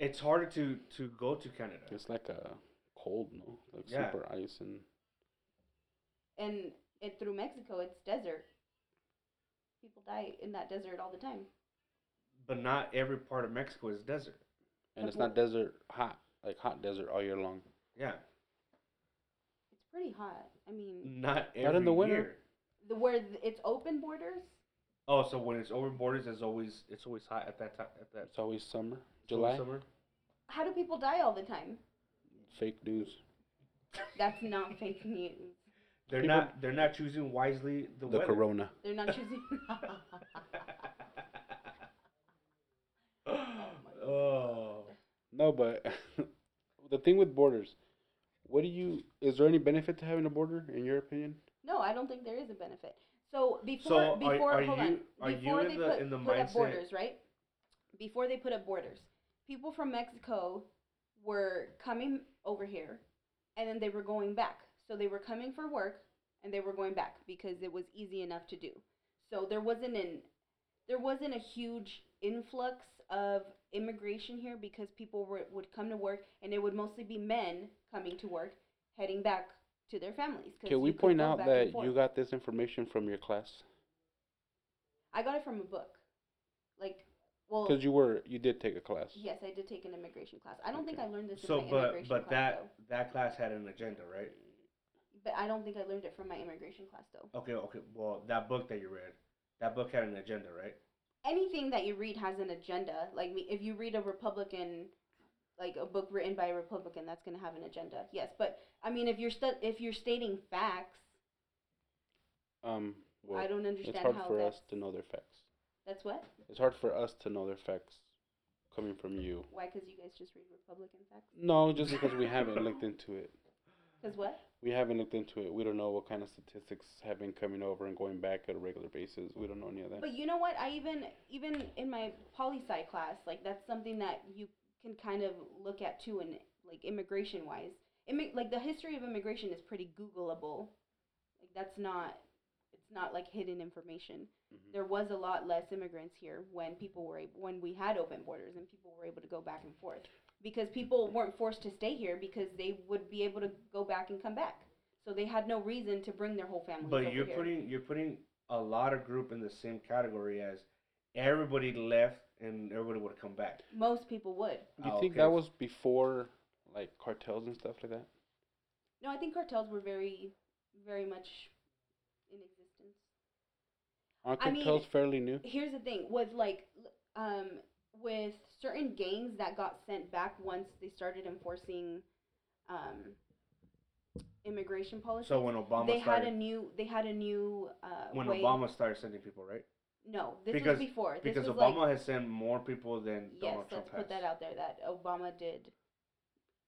It's harder to to go to Canada. It's like a cold, no, like Yeah. super ice and And it through Mexico, it's desert. People die in that desert all the time. But not every part of Mexico is desert. and it's not desert hot, like hot desert all year long. Yeah, It's pretty hot. I Mm. mean, not every in the winter. year. the where th- it's open borders. Oh, so when it's over borders, it's always it's always hot at that time. At that It's always summer, July. summer. How do people die all the time? Fake news. That's not fake news. They're People- not they're not choosing wisely the, The, weather. corona. They're not choosing. oh, No, but the thing with borders, what do you? Is there any benefit to having a border in your opinion? No, I don't think there is a benefit. So before So are- before are hold you- are on you before in they the- put, in the put up mindset- borders, right? Before they put up borders, people from Mexico were coming over here, and then they were going back. So they were coming for work, and they were going back because it was easy enough to do. So there wasn't an there wasn't a huge influx of immigration here because people were, would come to work, and it would mostly be men coming to work, heading back to their families. 'cause Can we you could point go out back and that forth. you got this information from your class? I got it from a book. Like, well, Because you were, you did take a class. yes, I did take an immigration class. I don't think I learned this so in my but immigration but class, that that class had an agenda, right? though. but I don't think I learned it from my immigration class though. Okay, okay. Well, that book that you read, that book had an agenda, right? Anything that you read has an agenda. Like me, if you read a Republican, like a book written by a Republican, that's gonna have an agenda. Yes, but I mean, if you're stu- if you're stating facts, Um, well, I don't it's understand hard how for that's, us to know their facts. that's what. It's hard for us to know their facts coming from you. Why? Because you guys just read Republican facts. No, just because we haven't looked into it. Because what? We haven't looked into it. We don't know what kind of statistics have been coming over and going back at a regular basis. We don't know any of that. But you know what? I even even in my poli sci class, like that's something that you can kind of look at too, and like immigration wise, Immi- like the history of immigration is pretty Googleable. Like that's not it's not like hidden information. Mm-hmm. Mhm. There was a lot less immigrants here when people were ab- when we had open borders and people were able to go back and forth because people weren't forced to stay here because they would be able to go back and come back. So they had no reason to bring their whole family. But you're putting you're putting a lot of group in the same category as everybody left and everybody would come back. most people would. You Oh, think okay. that was before, like cartels and stuff like that? No, I think cartels were very, very much in existence. Aren't I mean- cartels fairly new? Here's the thing with like, l- um, with certain gangs that got sent back once they started enforcing, um, immigration policies. So when Obama they started, had a new, they had a new uh, when way. Obama started sending people, right? no, this because- was before. This Because was Obama like, has sent more people than yes, Donald Trump let's has. put that out there that Obama did.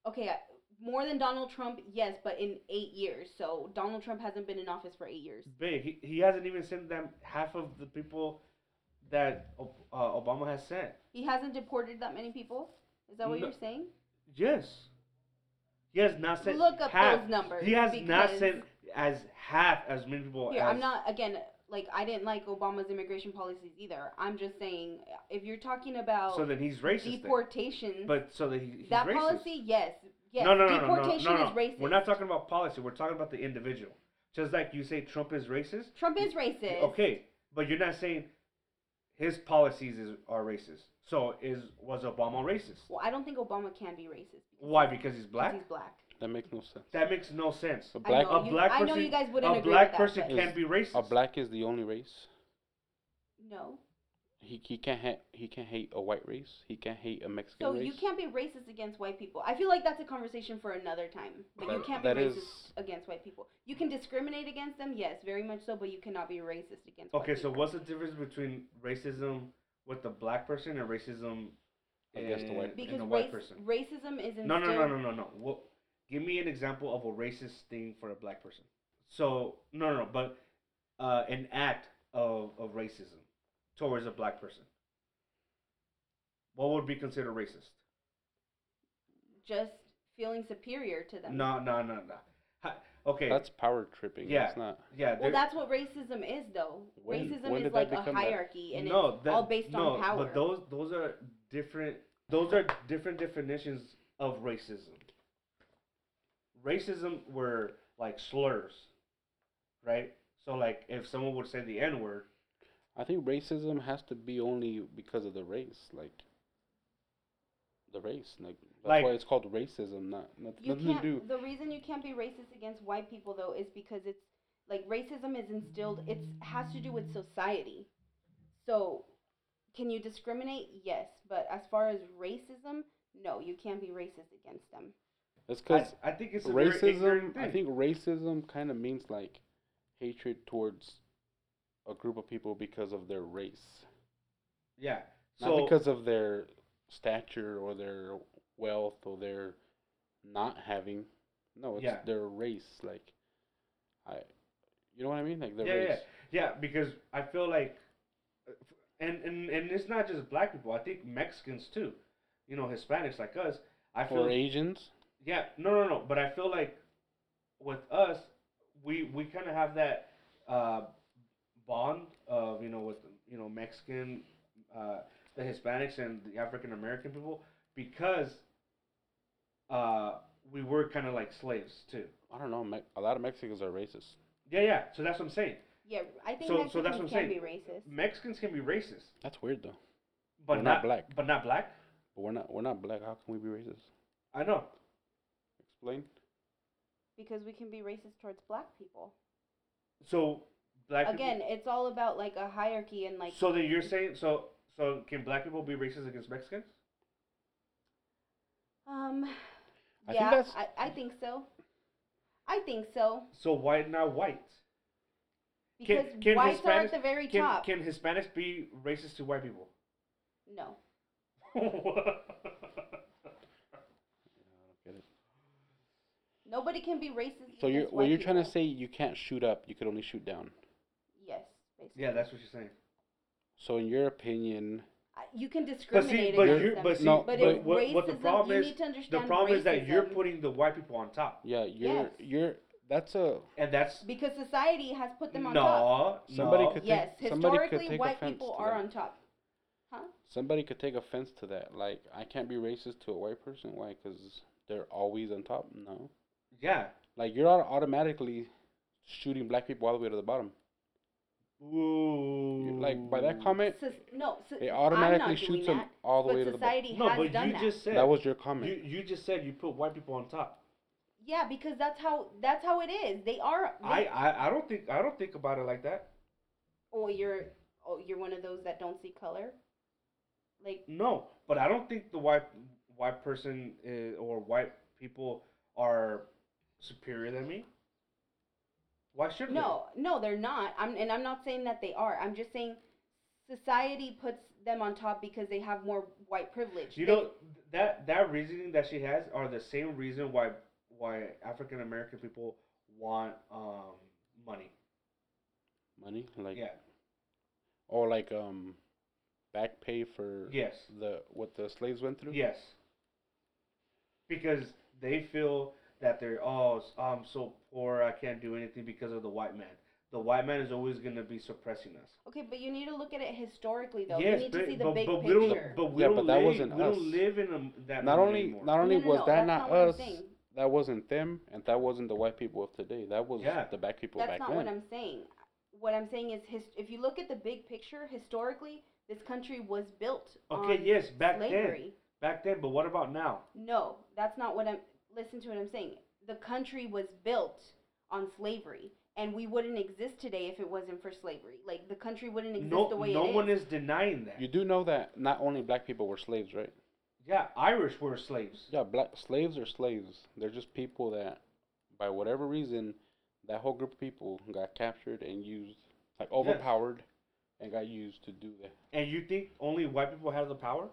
Okay, I- more than Donald Trump, yes, but in eight years. So Donald Trump hasn't been in office for eight years. Big. He, he hasn't even sent them half of the people that Ob- uh, Obama has sent. He hasn't deported that many people. Is that what No. you're saying? Yes. He has not sent Look up half. those numbers, He has not because- sent as half as many people Here, as I'm not again. Like I didn't like Obama's immigration policies either. I'm just saying if you're talking about so then he's racist. then. deportation, But so that he, he's that racist. policy, yes, yes, no, no, no, no, no, deportation no, no. is racist. We're not talking about policy. We're talking about the individual. Just like you say, Trump is racist. Trump is racist. Okay, but you're not saying his policies is, are racist. So is was Obama racist? Well, I don't think Obama can be racist. Why? Because he's because black. He's black. That makes no sense. That makes no sense. A I black, know. a you- black I know person, you guys wouldn't a agree with black that, person but- can't be racist. a black is the only race. No. He he can't ha- he can't hate a white race. He can't hate a Mexican So race. you can't be racist against white people. I feel like that's a conversation for another time. But you That- can't that be racist is- against white people. You can discriminate against them, yes, very much so, but you cannot be racist against. white Okay, so people. what's the difference between racism with the black person and racism Against the white- and- Because and a white race, person? racism is instilled. No, no, no, no, no, no. Well, give me an example of a racist thing for a black person. So no, no, no but uh, an act of, of racism towards a black person. What would be considered racist? Just feeling superior to them. No, no, no, no. Ha- Okay. That's power tripping. yeah, That's not. yeah. Well, there- that's what racism is, though. When- racism when is did that like a become that? hierarchy, and it's that- all based on power. But those those are different. Those are different definitions of racism. Racism were like slurs, right? So like if someone would say the N word, I think racism has to be only because of the race, like the race. Like that's Like- why it's called racism, not not you nothing to can't. do. The reason you can't be racist against white people, though, is because it's like racism is instilled. It has to do with society. So, can you discriminate? Yes, but as far as racism, no, you can't be racist against them. It's I, because I think it's a very ignorant racism. I thing. think racism kind of means like hatred towards a group of people because of their race, yeah. not So because of their stature or their wealth or their not having. No, it's Yeah. their race. Like I, you know what I mean? Like their yeah, race. yeah, yeah. Because I feel like, and and and it's not just black people. I think Mexicans too, you know, Hispanics like us. I feel For Asians, Yeah, no, no, no. But I feel like with us, we we kind of have that uh, bond of you know with you know Mexican, uh, the Hispanics and the African American people because uh, we were kind of like slaves too. I don't know. Me- a lot of Mexicans are racist. Yeah, yeah. So that's what I'm saying. Yeah, I think So- Mexicans so that's what I'm can saying. be racist. Mexicans can be racist, That's weird though. but We're not, not black. But not black. But we're not. We're not black. How can we be racist? I know. Explain. because we can be racist towards black people. So black Again, it's all about like a hierarchy and like People, so that you're saying so so can black people be racist against Mexicans? um I think yeah, that's- I, I think so. I think so So why not white? because whites are at the very can, top. Can Hispanics be racist to white people? no. Get it? Nobody can be racist. So you're against well, white you're trying to people. say you can't shoot up. You could only shoot down. Yes. Basically. yeah, that's what you're saying. So in your opinion, I- You can But see, discriminate but against you, them. but see, No, but, but if what, what the racism- problem you is, need to the understand problem is that you're racism. putting the white people on top, yeah, you're Yes. you're that's a and that's because society has put them on top. no, Somebody no. could- take- Yes, somebody could historically, take white offense people to are that. on top. Huh? somebody could take offense to that. Like I can't be racist to a white person. Why? Because they're always on top. No. yeah. Like you're au- automatically shooting black people all the way to the bottom. You- Ooh. Like by that comment, Sus- no, so, it automatically Mm. I'm not shoots doing them that, all the but way to the bottom. society No, has but done you that. just said That was your comment. you, you just said you put white people on top. yeah, because that's how that's how it is. They are. They, I, I I don't think I don't think about it like that. oh, you're oh, you're one of those that don't see color. Like No, but I don't think the white white person is, or white people are superior than me. Why should no, no, they're not. I'm and I'm not saying that they are. I'm just saying society puts them on top because they have more white privilege. You They- know that that reasoning that she has are the same reason why why African American people want um money. Money, like yeah. or like um, back pay for Yes. the what the slaves went through. Yes. Because they feel that they're oh s- I'm so poor I can't do anything because of the white man. The white man is always gonna be suppressing us. Okay, but you need to look at it historically, though. yes, you need but, to see the but, big but we picture. don't. But we Yeah, don't but that live, wasn't we us. don't live in a, that. Not moment only anymore. not only No, no, was no, that that's not, not what I'm us, saying. that wasn't them, and that wasn't the white people of today. That was Yeah. the black people That's back not then. what I'm saying. What I'm saying is, his, if you look at the big picture, historically, this country was built Okay, on yes, back slavery. then, back then. But what about now? No, that's not what I'm. Listen to what I'm saying. The country was built on slavery, and we wouldn't exist today if it wasn't for slavery. Like the country wouldn't exist No, the way no it is. one is denying that. You do know that not only black people were slaves, right? yeah, Irish were slaves. Yeah, black slaves are slaves. They're just people that, by whatever reason, that whole group of people got captured and used, like overpowered, and got used to do that. And you think only white people have the power?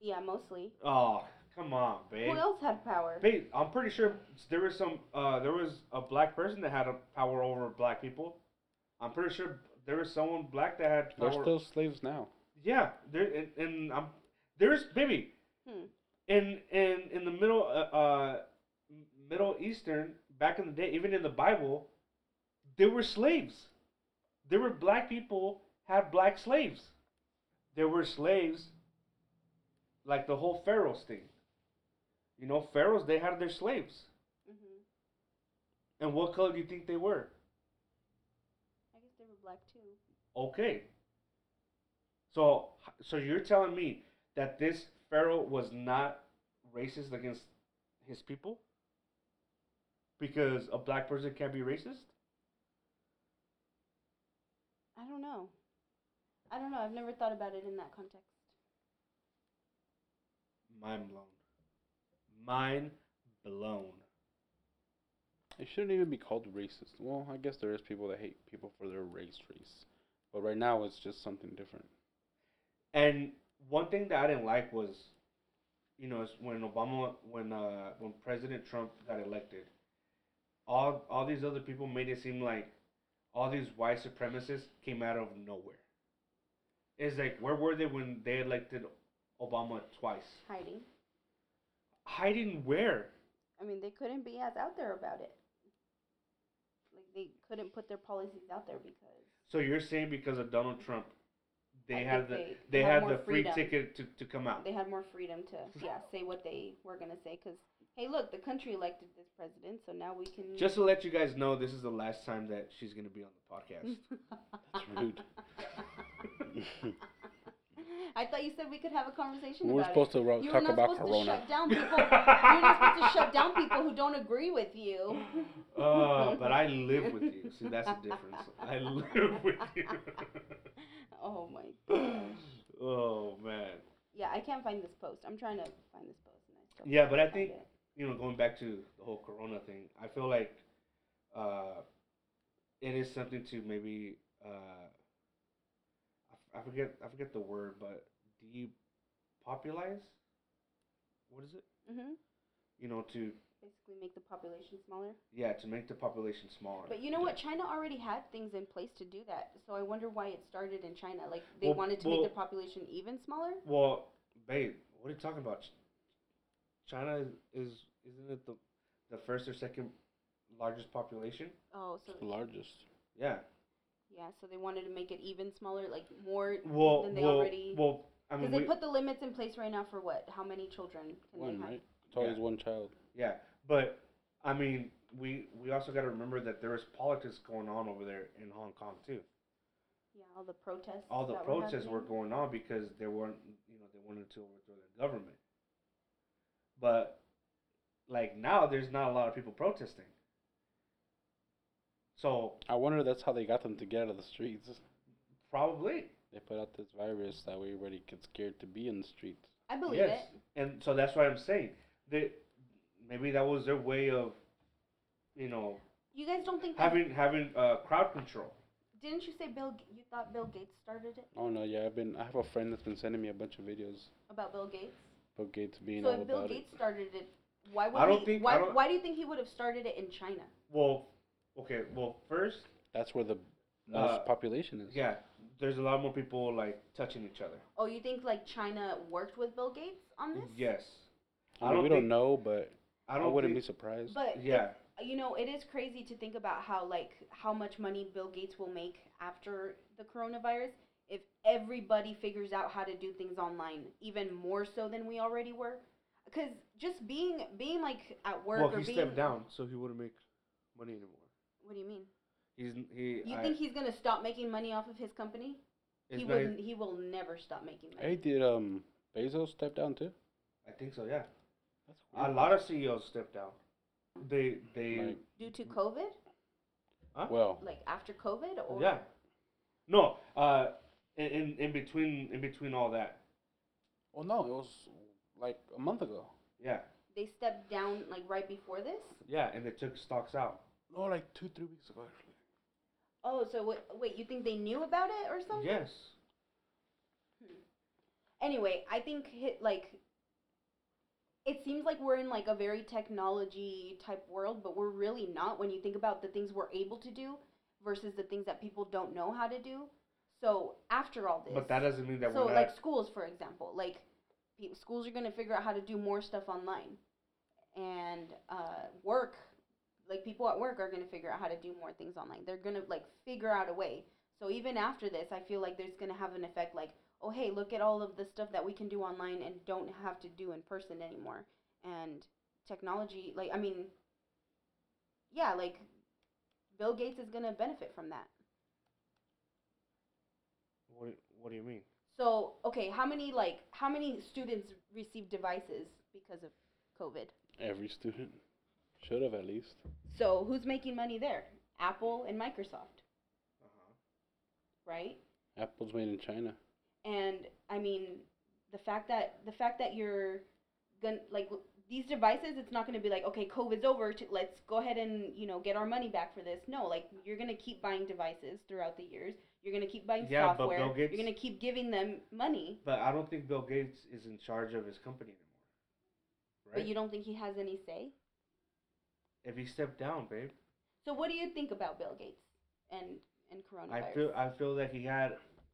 Yeah, mostly. Oh, come on, babe. Who else had power? Babe, I'm pretty sure there was some. Uh, there was a black person that had a power over black people. I'm pretty sure there was someone black that had power. They're still slaves now. Yeah, there and, and I'm there's baby. Hmm. In in in the middle uh, uh Middle Eastern back in the day, even in the Bible, there were slaves. There were black people had black slaves. There were slaves. Like the whole pharaohs thing. You know, pharaohs they had their slaves. hmm And what color do you think they were? I guess they were black too. Okay. So so you're telling me that this pharaoh was not racist against his people? Because a black person can't be racist? I don't know. I don't know. I've never thought about it in that context. Mind blown. Mind blown. It shouldn't even be called racist. Well, I guess there is people that hate people for their race, race. But right now, it's just something different. And one thing that I didn't like was, you know, is when Obama, when uh, when President Trump got elected, all all these other people made it seem like all these white supremacists came out of nowhere. It's like where were they when they elected Obama twice? Hiding. Hiding where? I mean, they couldn't be as out there about it. Like they couldn't put their policies out there because So you're saying because of Donald Trump, I they think had the they- they, they had had more the free freedom. ticket to, to come out. they had more freedom to yeah say what they were gonna say. Cause hey, look, the country elected this president, so now we can Just to let you guys know, this is the last time that she's Mm-hmm. gonna be on the podcast. That's rude. I thought you said we could have a conversation We were about it. supposed to ro- You were talk not about supposed Corona. to shut down people. You're not supposed to shut down people who don't agree with you. Uh, but I live with you. See, that's the difference. I live with you. Oh my god. oh man. Yeah, I can't find this post. I'm trying to find this post. And I still Yeah, can't but I find think it. you know, going back to the whole Corona thing, I feel like uh, it is something to maybe uh, I f- I forget I forget the word, but depopulize. What is it? Mhm. You know, to Basically, make the population smaller. yeah, to make the population smaller. But you know what? China already had things in place to do that. So I wonder why it started in China. Like they Well, wanted to well- make their population even smaller. Well, babe, what are you talking about? Ch- China is, is isn't it the the first or second largest population? Oh, so It's the largest. Yeah. yeah, so they wanted to make it even smaller, like more Well, than they well, already. well. I Because mean, they we, put the limits in place right now for what? How many children can One, they have? right? It's always Yeah. one child. yeah, but I mean, we we also got to remember that there is politics going on over there in Hong Kong too. Yeah, all the protests. All the that protests were happening. going on because they weren't, you know, they wanted to overthrow the government. But like now, there's not a lot of people protesting. So I wonder that's how they got them to get out of the streets. probably They put out this virus that way everybody gets scared to be in the streets. I believe yes, it. and so that's what I'm saying. They maybe that was their way of, you know, You guys don't think that? having having uh, crowd control. Didn't you say Bill? G- You thought Bill Gates started it Oh no, yeah, I've been. I have a friend that's been sending me a bunch of videos about Bill Gates? Bill Gates being So all if Bill about Gates started it, why would I don't he? think- why, I don't- why do you think he would have started it in China? Well, okay. Well, first, it. That's where the most Uh, population is. yeah, there's a lot more people like touching each other. Oh, you think like China worked with Bill Gates on this? Yes, I mean, we don't know, but I I, don't. wouldn't think, be surprised. But Yeah, you know, it is crazy to think about how like how much money Bill Gates will make after the coronavirus if everybody figures out how to do things online, even more so than we already were. Because just being being like at work well, or he being stepped down, so he wouldn't make money anymore. what do you mean? He's he. You I- think he's gonna stop making money off of his company? it's he not- will. He will never stop making money. hey, did um Bezos step down too? I think so. Yeah, That's a lot of CEOs stepped down. They they. Like, Due to COVID, huh? well, like after COVID, or Yeah. No, uh, in, in in between in between all that, well, Oh, no, it was like a month ago. yeah, they stepped down like right before this. yeah, and they took stocks out. No, like two, three weeks ago actually. Oh, so wait, wait, you think they knew about it or something? Yes. anyway, I think hi like it seems like we're in like a very technology type world, but we're really not when you think about the things we're able to do versus the things that people don't know how to do. So after all this, But that doesn't mean that so we're like not. schools, for example, like pe- schools are going to figure out how to do more stuff online, and uh, work, like people at work are going to figure out how to do more things online. They're going to like figure out a way. So even after this, I feel like there's going to have an effect. Like, oh hey, look at all of the stuff that we can do online and don't have to do in person anymore. And technology, like I mean, yeah, like Bill Gates is going to benefit from that. What, do- what do you mean? So, okay, how many like how many students received devices because of COVID? Every student should have at least. So, who's making money there? Apple and Microsoft, Uh-huh. right? Apple's made in China. And I mean, the fact that the fact that you're going to like w- these devices, it's not going to be like, okay, COVID's over, t- let's go ahead and, you know, get our money back for this. No, like you're going to keep buying devices throughout the years. You're going to keep buying Yeah, but software. Bill Gates- You're going to keep giving them money, But I don't think Bill Gates is in charge of his company anymore. Right? but you don't think he has any say? if he stepped down, babe, So what do you think about Bill Gates and and coronavirus? I feel I feel that he had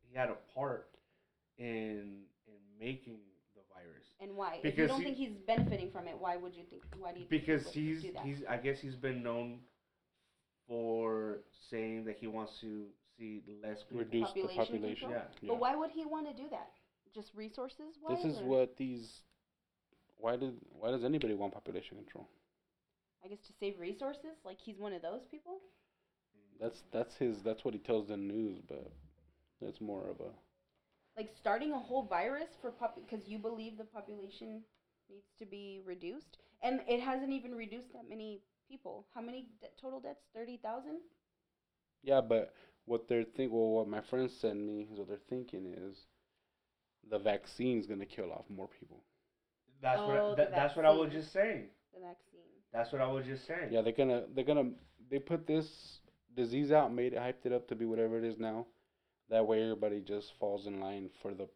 he had a part in in making the virus and why? if you because don't he- think he's benefiting from it, why would you think? Why do you? think he because would he's do that? he's I guess he's been known for saying that he wants to see less people. Reduce the Population population. control? Yeah. yeah. But why would he want to do that? Just resources? Why? This is what these. Why did why does anybody want population control? I guess to save resources. Like he's one of those people. That's that's his. That's what he tells the news, but that's more of a like starting a whole virus for pop because you believe the population needs to be reduced, and it hasn't even reduced that many people. How many de- total deaths? Thirty thousand. Yeah, but what they're think well, what my friends send me is what they're thinking is the vaccine's gonna kill off more people. That's what Oh, I, the that, that's what I was vaccine. just saying. The vaccine. That's what I was just saying. Yeah, they're gonna they're gonna they put this disease out, made it hyped it up to be whatever it is now. That way everybody just falls in line for the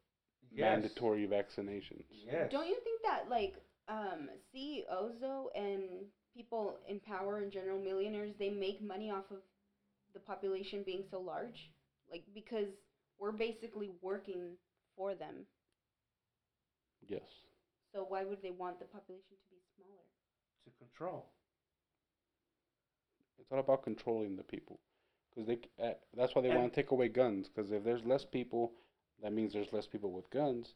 Yes. mandatory vaccinations. Yes. Don't you think that like um, CEOs though and people in power in general, millionaires, they make money off of the population being so large? Like because we're basically working for them. Yes. So why would they want the population to be smaller? to control? It's all about controlling the people. Cause they, c- uh, that's why they And- want to take away guns. Because if there's less people, that means there's less people with guns,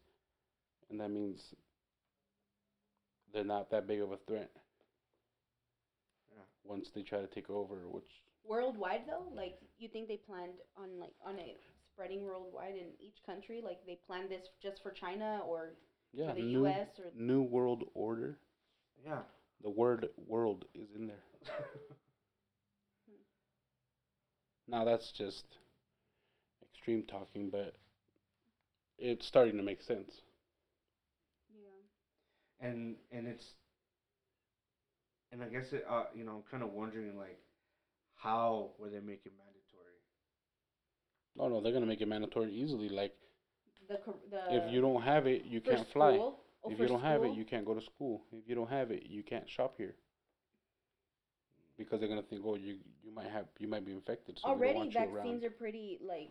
and that means they're not that big of a threat. Yeah. Once they try to take over, which Worldwide though, like you think they planned on like on it spreading worldwide in each country? Like they planned this just for China or yeah, the new, US or- new world order. Yeah. The word "world" is in there. Now that's just extreme talking, but it's starting to make sense. yeah. and and it's and I guess it, uh, you know I'm kind of wondering like how will they make it mandatory? Oh no, they're gonna make it mandatory easily. Like The cor- the if you don't have it, you uh, for can't fly. school- oh, if for you don't have it, school? you can't go to school. If you don't have it, you can't shop here. Because they're gonna think, oh, you you might have you might be infected. So we don't already want you around. vaccines are pretty like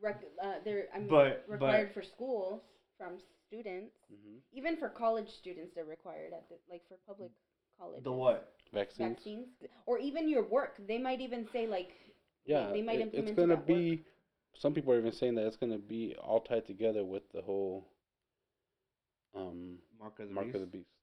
rec- uh, they're I mean, But- but- required for schools from students Mhm. even for college students they're required at the like for public college The what? vaccines. vaccines or even your work they might even say like Yeah, they might it- implement it's it gonna at work. be. Some people are even saying that it's gonna be all tied together with the whole um Mark of the mark beast. of the beast.